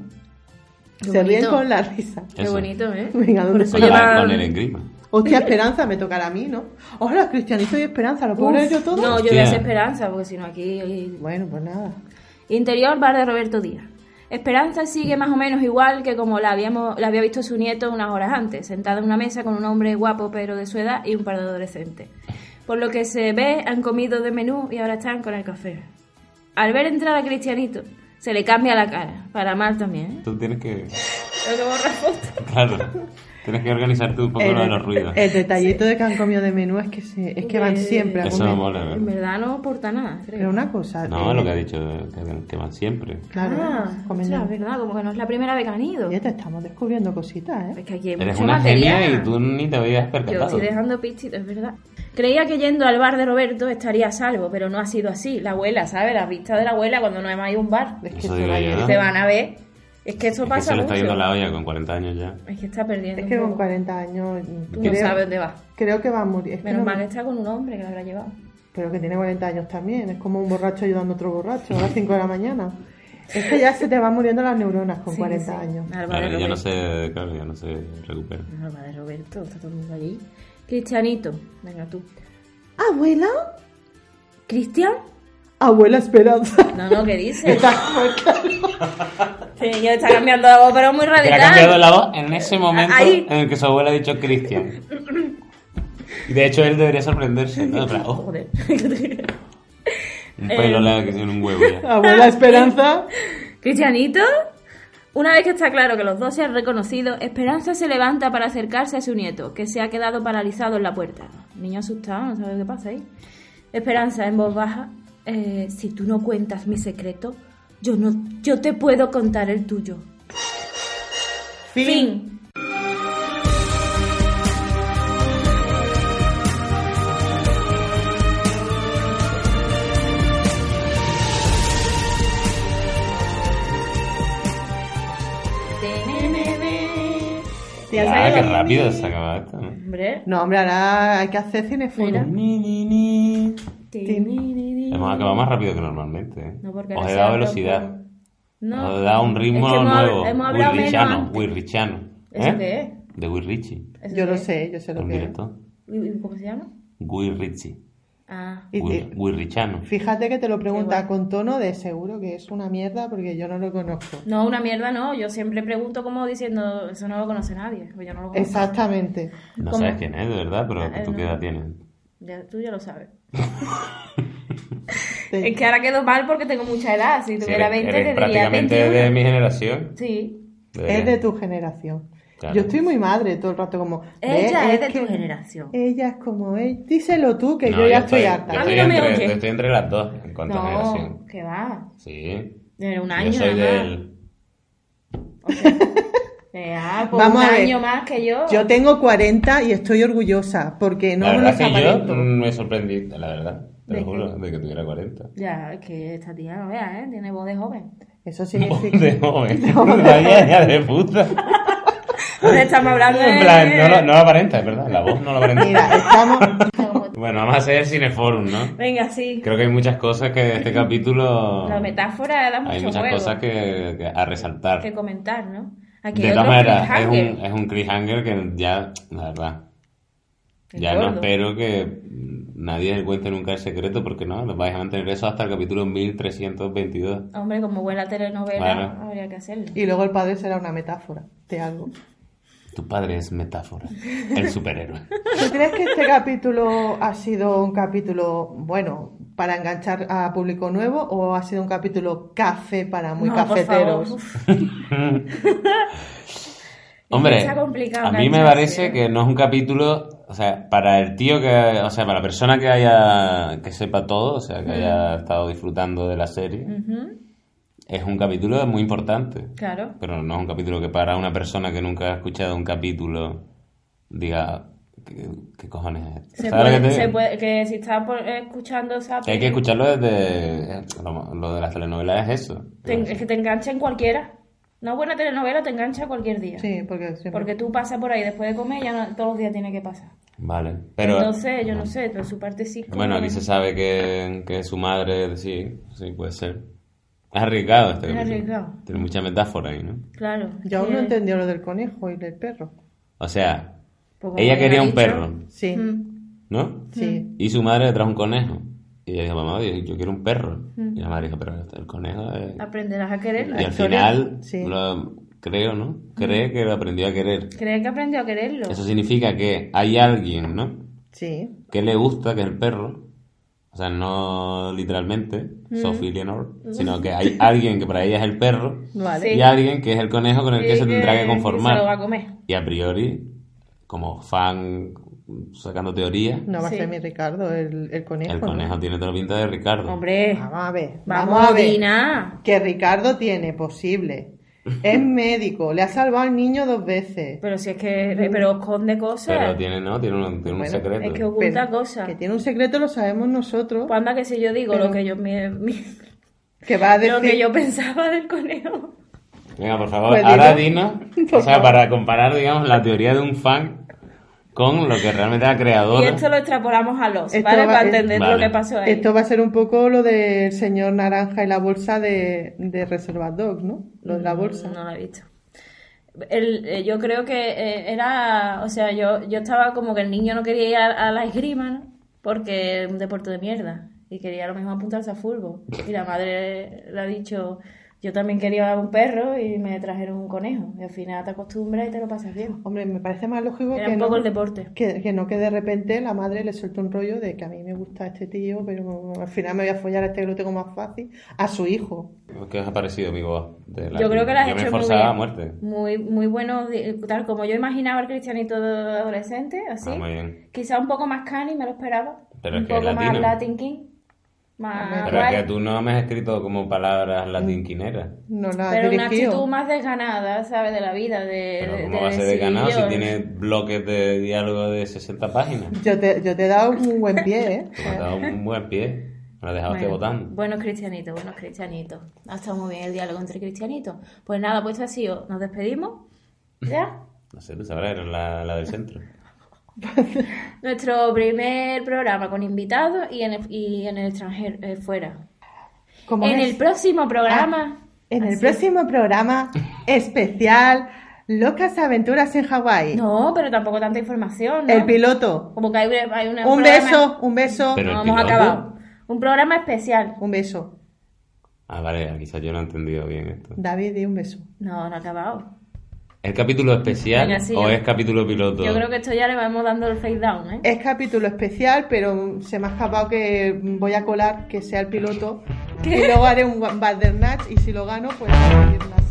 Speaker 1: Qué
Speaker 2: Se ríen
Speaker 1: bonito.
Speaker 2: con la risa.
Speaker 1: Qué
Speaker 3: Eso.
Speaker 1: bonito, ¿eh?
Speaker 2: Venga, ¿dónde
Speaker 1: eso
Speaker 3: Con,
Speaker 2: está?
Speaker 3: la-
Speaker 1: llevan-
Speaker 3: con el engrima.
Speaker 2: Hostia, Esperanza, me tocará a mí, ¿no? Hola, Cristianito y Esperanza, ¿lo puedo leer yo todo?
Speaker 1: No, yo voy
Speaker 3: Hostia.
Speaker 1: a hacer esperanza, porque si no aquí
Speaker 2: Bueno, pues nada.
Speaker 1: Interior bar de Roberto Díaz. Esperanza sigue más o menos igual que como la, habíamos, la había visto su nieto unas horas antes, sentada en una mesa con un hombre guapo pero de su edad y un par de adolescentes. Por lo que se ve, han comido de menú y ahora están con el café. Al ver entrar a Cristianito, se le cambia la cara, para mal también. ¿eh?
Speaker 3: Tú tienes que...
Speaker 1: Tengo que borrar fotos.
Speaker 3: Claro. Tienes que organizar tú un poco lo de los ruidos.
Speaker 2: el detallito de que han comido de menú es que, se, es que van
Speaker 1: Eh,
Speaker 2: siempre a
Speaker 3: Eso no
Speaker 2: comer.
Speaker 3: mola,
Speaker 1: En
Speaker 3: ¿verdad?
Speaker 1: verdad no aporta nada, creo.
Speaker 2: Pero una cosa.
Speaker 3: No,
Speaker 2: eh,
Speaker 3: lo que ha dicho, que, que van siempre.
Speaker 2: Claro,
Speaker 1: Ah,
Speaker 2: comen
Speaker 1: ostras,
Speaker 2: de-
Speaker 1: verdad, como que no es la primera vez que han ido.
Speaker 2: Ya te estamos descubriendo cositas, ¿eh?
Speaker 1: Es que aquí hay
Speaker 3: Eres
Speaker 1: mucho
Speaker 3: una
Speaker 1: material.
Speaker 3: genia y tú ni te habías
Speaker 1: Yo
Speaker 3: percatado.
Speaker 1: estoy dejando pistitos, es verdad. Creía que yendo al bar de Roberto estaría a salvo, pero no ha sido así. La abuela, ¿sabes? La vista de la abuela cuando no hemos ido a un bar.
Speaker 2: Es que
Speaker 3: Eso
Speaker 2: se
Speaker 3: digo
Speaker 2: va-
Speaker 3: yo. ¿eh?
Speaker 1: Que
Speaker 3: ¿no?
Speaker 1: Te van a ver. Es que eso
Speaker 3: Ah. Es
Speaker 1: pasa
Speaker 3: que se le
Speaker 1: mucho.
Speaker 3: está yendo la olla con 40 años ya.
Speaker 1: Es que está perdiendo.
Speaker 2: Es
Speaker 1: un
Speaker 2: que con
Speaker 1: poco.
Speaker 2: 40 años. mm,
Speaker 1: Tú no
Speaker 2: creo,
Speaker 1: sabes dónde va.
Speaker 2: creo que va a morir. Es que
Speaker 1: Menos
Speaker 2: no-
Speaker 1: mal ¿eh? que está con un hombre que la habrá llevado.
Speaker 2: Pero que tiene 40 años también. Es como un borracho ayudando a otro borracho a las 5 de la mañana. Es que ya se te van muriendo las neuronas con
Speaker 1: Sí,
Speaker 2: 40
Speaker 1: sí.
Speaker 2: años.
Speaker 1: Al bar de
Speaker 3: Claro, ya no
Speaker 1: Roberto.
Speaker 3: se, claro, ya no se recupera.
Speaker 1: Al bar de Roberto, está todo el mundo allí. Cristianito, venga tú.
Speaker 2: ¿Abuela?
Speaker 1: ¿Cristian?
Speaker 2: Abuela Esperanza.
Speaker 1: No, no, ¿qué dices?
Speaker 2: Está muerta.
Speaker 1: Sí, yo está cambiando la voz, pero muy
Speaker 3: Que le ha
Speaker 1: radical.
Speaker 3: cambiado la voz en ese momento
Speaker 1: eh, Ahí.
Speaker 3: en el que su abuela ha dicho Cristian. Y de hecho él debería sorprenderse. ¿no? En plan, oh,
Speaker 1: Joder. Eh,
Speaker 3: un pelo le ha crecido en un huevo ya.
Speaker 2: Abuela Esperanza.
Speaker 1: Cristianito, una vez que está claro que los dos se han reconocido, Esperanza se levanta para acercarse a su nieto, que se ha quedado paralizado en la puerta. Niño asustado, no sabe qué pasa ahí. Esperanza, en voz baja, eh, si tú no cuentas mi secreto, yo, no, yo te puedo contar el tuyo. Fin.
Speaker 2: Ya
Speaker 3: Ah, qué rápido se acaba esto. ¿no?
Speaker 1: Hombre.
Speaker 2: No, hombre, ahora hay que hacer cinefuera.
Speaker 3: Ni, ni, ni. Hemos
Speaker 1: No,
Speaker 3: acabado más rápido que normalmente. ¿eh?
Speaker 1: No, porque
Speaker 3: Os
Speaker 1: ahora
Speaker 3: he
Speaker 1: se
Speaker 3: dado
Speaker 1: habla
Speaker 3: velocidad. Os he
Speaker 1: no.
Speaker 3: dado un ritmo
Speaker 1: Es que hemos hab-
Speaker 3: nuevo.
Speaker 1: hemos hablado menos
Speaker 3: Wirrichano.
Speaker 1: antes.
Speaker 3: Wirrichano.
Speaker 1: ¿Eso
Speaker 3: ¿Eh?
Speaker 1: qué es?
Speaker 3: De Wirrichi.
Speaker 1: ¿Eso
Speaker 2: Yo
Speaker 1: qué
Speaker 2: lo
Speaker 1: es?
Speaker 2: sé, yo sé lo
Speaker 3: El
Speaker 2: que es.
Speaker 3: director.
Speaker 1: ¿Y- y ¿Cómo se llama?
Speaker 3: Wirrichi.
Speaker 1: Ah,
Speaker 2: Y
Speaker 3: Wir-
Speaker 2: te-
Speaker 3: Wirrichano.
Speaker 2: Fíjate que te lo pregunta
Speaker 1: Igual.
Speaker 2: con tono de seguro que es una mierda porque yo no lo conozco.
Speaker 1: no, una mierda no. Yo siempre pregunto como diciendo, eso no lo conoce nadie. o yo no lo conozco.
Speaker 2: Exactamente.
Speaker 3: No
Speaker 1: ¿Cómo?
Speaker 3: sabes quién es, de verdad, pero
Speaker 1: Ah,
Speaker 3: ¿tú qué
Speaker 1: no.
Speaker 3: edad tienes?
Speaker 1: Ya- tú ya lo sabes.
Speaker 2: Te-
Speaker 1: Es que ahora quedo mal porque tengo mucha edad. Si
Speaker 3: Si
Speaker 1: tuviera 20, te diría
Speaker 3: prácticamente
Speaker 1: 21.
Speaker 3: de mi generación.
Speaker 1: Sí.
Speaker 2: Es de tu generación.
Speaker 3: Claro.
Speaker 2: Yo estoy muy madre todo el rato como...
Speaker 1: Ella
Speaker 2: "Ve,
Speaker 1: es de tu
Speaker 2: que
Speaker 1: generación".
Speaker 2: Ella es como... él. díselo tú, que
Speaker 3: No,
Speaker 2: yo ya estoy,
Speaker 3: estoy,
Speaker 2: harta.
Speaker 3: Yo
Speaker 1: A mí
Speaker 3: estoy,
Speaker 1: no me
Speaker 3: entre,
Speaker 1: oyes.
Speaker 3: yo estoy entre las dos en cuanto a generación.
Speaker 1: No, que va.
Speaker 3: Sí.
Speaker 1: Era un
Speaker 3: yo
Speaker 1: año
Speaker 3: soy
Speaker 1: nada más.
Speaker 3: del.
Speaker 1: Eh, ah, pues
Speaker 2: Vamos
Speaker 1: un
Speaker 2: a ver.
Speaker 1: año más que yo.
Speaker 2: Yo tengo 40 y estoy orgullosa porque no
Speaker 3: la
Speaker 2: me lo
Speaker 3: verdad es que yo
Speaker 2: aparento.
Speaker 3: mm, me sorprendí, la verdad. Te
Speaker 1: ¿De
Speaker 3: lo
Speaker 1: qué?
Speaker 3: juro, de que tuviera 40.
Speaker 1: Ya, es que esta tía no vea, ¿eh? Tiene voz de joven.
Speaker 2: Eso significa...
Speaker 3: De joven. Vaya hija de puta.
Speaker 1: Ahora estamos hablando de...
Speaker 3: En plan, no, lo- no lo aparenta, es verdad. La voz no lo aparenta.
Speaker 2: Mira, estamos...
Speaker 3: Bueno, vamos a hacer Cineforum, ¿no?
Speaker 1: Venga, sí.
Speaker 3: Creo que hay muchas cosas que de este capítulo.
Speaker 1: La metáfora da mucho
Speaker 3: Hay muchas
Speaker 1: juego
Speaker 3: cosas que, que a resaltar.
Speaker 1: que comentar, ¿no? Aquí
Speaker 3: De
Speaker 1: hay
Speaker 3: todas
Speaker 1: otro
Speaker 3: maneras, es
Speaker 1: cliffhanger.
Speaker 3: un, es un cliffhanger que ya, la verdad,
Speaker 1: Es
Speaker 3: ya no
Speaker 1: gordo.
Speaker 3: espero que nadie le cuente nunca el secreto, porque no, lo vais a mantener eso hasta el capítulo 1322.
Speaker 1: Hombre, como buena telenovela,
Speaker 3: Claro.
Speaker 1: habría que hacerlo.
Speaker 2: Y luego el padre será una metáfora de algo.
Speaker 3: Tu padre es metáfora, el superhéroe.
Speaker 2: ¿Tú crees que este capítulo ha sido un capítulo, bueno, para enganchar a público nuevo o ha sido un capítulo café para muy
Speaker 1: No, por
Speaker 2: cafeteros?
Speaker 1: favor. Uf,
Speaker 3: Hombre,
Speaker 1: Está complicado
Speaker 3: a mí me
Speaker 1: engancharse,
Speaker 3: parece
Speaker 1: ¿eh?
Speaker 3: que no es un capítulo, o sea, para el tío que, o sea, para la persona que haya, que sepa todo, o
Speaker 1: Mm.
Speaker 3: sea, que haya estado disfrutando de la serie,
Speaker 1: ujú,
Speaker 3: es un capítulo muy importante.
Speaker 1: Claro.
Speaker 3: Pero no es un capítulo que para una persona que nunca ha escuchado un capítulo diga, ¿qué, qué cojones es esto?
Speaker 1: Se
Speaker 3: ¿Sabes lo que
Speaker 1: puede,
Speaker 3: te
Speaker 1: se
Speaker 3: digo?
Speaker 1: puede- que si estás por- escuchando esa...
Speaker 3: Que hay que escucharlo desde... Lo, lo de las telenovelas es eso.
Speaker 1: te- es que te engancha en cualquiera. Una buena telenovela te engancha cualquier día.
Speaker 2: Sí, porque siempre-
Speaker 1: Porque tú pasas por ahí después de comer, ya no- todos los días tiene que pasar.
Speaker 3: Vale, pero...
Speaker 1: Entonces, yo no sé, pero su parte sí. como-
Speaker 3: Bueno, aquí se sabe que, que su madre... Sí, sí, puede ser. Es arriesgado este
Speaker 1: Es
Speaker 3: capítulo.
Speaker 1: arriesgado.
Speaker 3: Tiene mucha metáfora ahí, ¿no?
Speaker 1: Claro.
Speaker 2: Yo aún
Speaker 1: que-
Speaker 2: no entendí lo del conejo y del perro.
Speaker 3: O sea,
Speaker 1: pues como
Speaker 3: ella
Speaker 1: me ha
Speaker 3: quería un
Speaker 1: dicho-
Speaker 3: perro,
Speaker 2: Sí,
Speaker 1: Mm,
Speaker 3: ¿no?
Speaker 2: sí.
Speaker 3: Y su madre le trajo un conejo. Y ella dijo, mamá, yo, yo quiero un perro.
Speaker 1: Mm.
Speaker 3: Y la madre dijo, pero el conejo es...
Speaker 1: Aprenderás a
Speaker 3: Y
Speaker 1: quererlo.
Speaker 3: al
Speaker 2: historia,
Speaker 3: final,
Speaker 2: sí.
Speaker 3: lo- creo, ¿no? Cree que lo aprendió a querer.
Speaker 1: Crees que aprendió a quererlo.
Speaker 3: Eso significa que hay alguien, ¿no?
Speaker 2: Sí,
Speaker 3: Que le gusta, que es el perro, O sea, no literalmente, Sophie Eleanor, sino que hay alguien que para ella es el perro
Speaker 2: Vale.
Speaker 1: Sí.
Speaker 3: y alguien que es el conejo con el que
Speaker 1: Sí,
Speaker 3: se tendrá que
Speaker 1: Se lo va
Speaker 3: conformar.
Speaker 1: a comer.
Speaker 3: Y a priori, como fan sacando teoría,
Speaker 2: No va
Speaker 1: Sí.
Speaker 2: a ser mi Ricardo, el, el conejo.
Speaker 3: el
Speaker 2: ¿no? Eh,
Speaker 3: conejo tiene toda la pinta de Ricardo.
Speaker 1: Hombre,
Speaker 2: Vamos a ver.
Speaker 1: vamos, a adivinar.
Speaker 2: Que Ricardo tiene, posible. Es médico, le ha salvado al niño dos veces.
Speaker 1: Pero si es que pero esconde cosas.
Speaker 3: Pero tiene, no, tiene un, tiene un
Speaker 2: Bueno,
Speaker 3: secreto.
Speaker 1: es que oculta
Speaker 2: Pero
Speaker 1: cosas.
Speaker 2: Que tiene un secreto, lo sabemos nosotros.
Speaker 1: Pues anda que si yo digo
Speaker 2: Pero-
Speaker 1: lo que yo me- mi-
Speaker 2: Que va a decir.
Speaker 1: lo que yo pensaba del conejo.
Speaker 3: Venga, por favor,
Speaker 2: Pues
Speaker 3: ahora
Speaker 2: dilo.
Speaker 3: dinos, o sea, para comparar, digamos, la teoría de un fan con lo que realmente ha creado.
Speaker 1: Y esto lo extrapolamos a los,
Speaker 2: Esto
Speaker 1: ¿vale?
Speaker 2: va-
Speaker 1: Para entender lo
Speaker 3: Vale.
Speaker 1: que pasó ahí.
Speaker 2: Esto va a ser un poco lo del señor naranja y la bolsa de, de Reserva Dog, ¿no? Lo de la bolsa.
Speaker 1: Mm, No la he visto. El- eh, yo creo que eh, era, o sea, yo, yo estaba como que el niño no quería ir a, a la esgrima, ¿no? Porque es un deporte de mierda. Y quería a lo mejor apuntarse a fútbol. Y la madre le ha dicho, yo también quería un perro y me trajeron un conejo. Y al final te acostumbras y te lo pasas bien.
Speaker 2: Hombre, me parece más lógico
Speaker 1: Era
Speaker 2: que,
Speaker 1: un poco
Speaker 2: no,
Speaker 1: el deporte.
Speaker 2: que, que no que de repente la madre le suelte un rollo de que a mí me gusta este tío, pero al final me voy a follar a este que lo tengo más fácil, a su hijo.
Speaker 3: ¿Qué os ha parecido, amigo? de la-
Speaker 1: Yo creo que la has
Speaker 3: Yo me
Speaker 1: hecho muy
Speaker 3: esforzaba
Speaker 1: bien.
Speaker 3: a muerte.
Speaker 1: Muy, muy bueno, di- tal como yo imaginaba el cristianito adolescente, así.
Speaker 3: Ah, muy bien.
Speaker 1: Quizá un poco más cani, me lo esperaba.
Speaker 3: Pero
Speaker 1: un
Speaker 3: es que es
Speaker 1: poco más
Speaker 3: latino.
Speaker 1: Latin King. Más
Speaker 3: Pero es
Speaker 1: Ah, guay.
Speaker 3: que tú no me has escrito como palabras latinquineras.
Speaker 2: No la ha
Speaker 1: Pero una
Speaker 2: dirigido.
Speaker 1: actitud más desganada, ¿sabes? De la vida, de...
Speaker 3: Pero
Speaker 1: de-
Speaker 3: ¿cómo
Speaker 1: de
Speaker 3: va a ser
Speaker 1: decir,
Speaker 3: desganado
Speaker 1: yo-
Speaker 3: si tiene bloques de diálogo de 60 páginas?
Speaker 2: Yo, te, yo te he dado un buen pie, ¿eh?
Speaker 3: Te me has dado un buen pie. Me lo dejaste
Speaker 1: Bueno,
Speaker 3: votando.
Speaker 1: Buenos cristianitos, buenos cristianitos. Ha estado muy bien el diálogo entre cristianitos. Pues nada, pues esto ha sido. Nos despedimos. ¿Ya?
Speaker 3: No sé, tú sabrás, eres la, la del centro.
Speaker 1: Nuestro primer programa con invitados y en el, y en el extranjero, eh, fuera.
Speaker 2: Como
Speaker 1: En
Speaker 2: ves,
Speaker 1: el próximo programa...
Speaker 2: Ah, en el
Speaker 1: Así.
Speaker 2: próximo programa especial, Locas Aventuras en Hawái.
Speaker 1: No, pero tampoco tanta información, ¿no?
Speaker 2: El piloto.
Speaker 1: Como que hay, hay una-
Speaker 2: Un
Speaker 1: programa-
Speaker 2: beso, un beso,
Speaker 3: Pero
Speaker 1: no,
Speaker 3: el
Speaker 1: hemos
Speaker 3: piloto.
Speaker 1: acabado. Un programa especial.
Speaker 2: un beso.
Speaker 3: Ah, vale, quizás yo no he entendido bien esto.
Speaker 2: David, di un beso.
Speaker 1: No, no ha acabado.
Speaker 3: ¿Es capítulo especial
Speaker 1: Venga, sí,
Speaker 3: o
Speaker 1: yo-
Speaker 3: es capítulo piloto?
Speaker 1: Yo creo que esto ya le vamos dando el face down, ¿eh?
Speaker 2: Es capítulo especial, pero se me ha escapado que voy a colar que sea el piloto. Y luego haré un Badernatch y si lo gano, pues... haré las-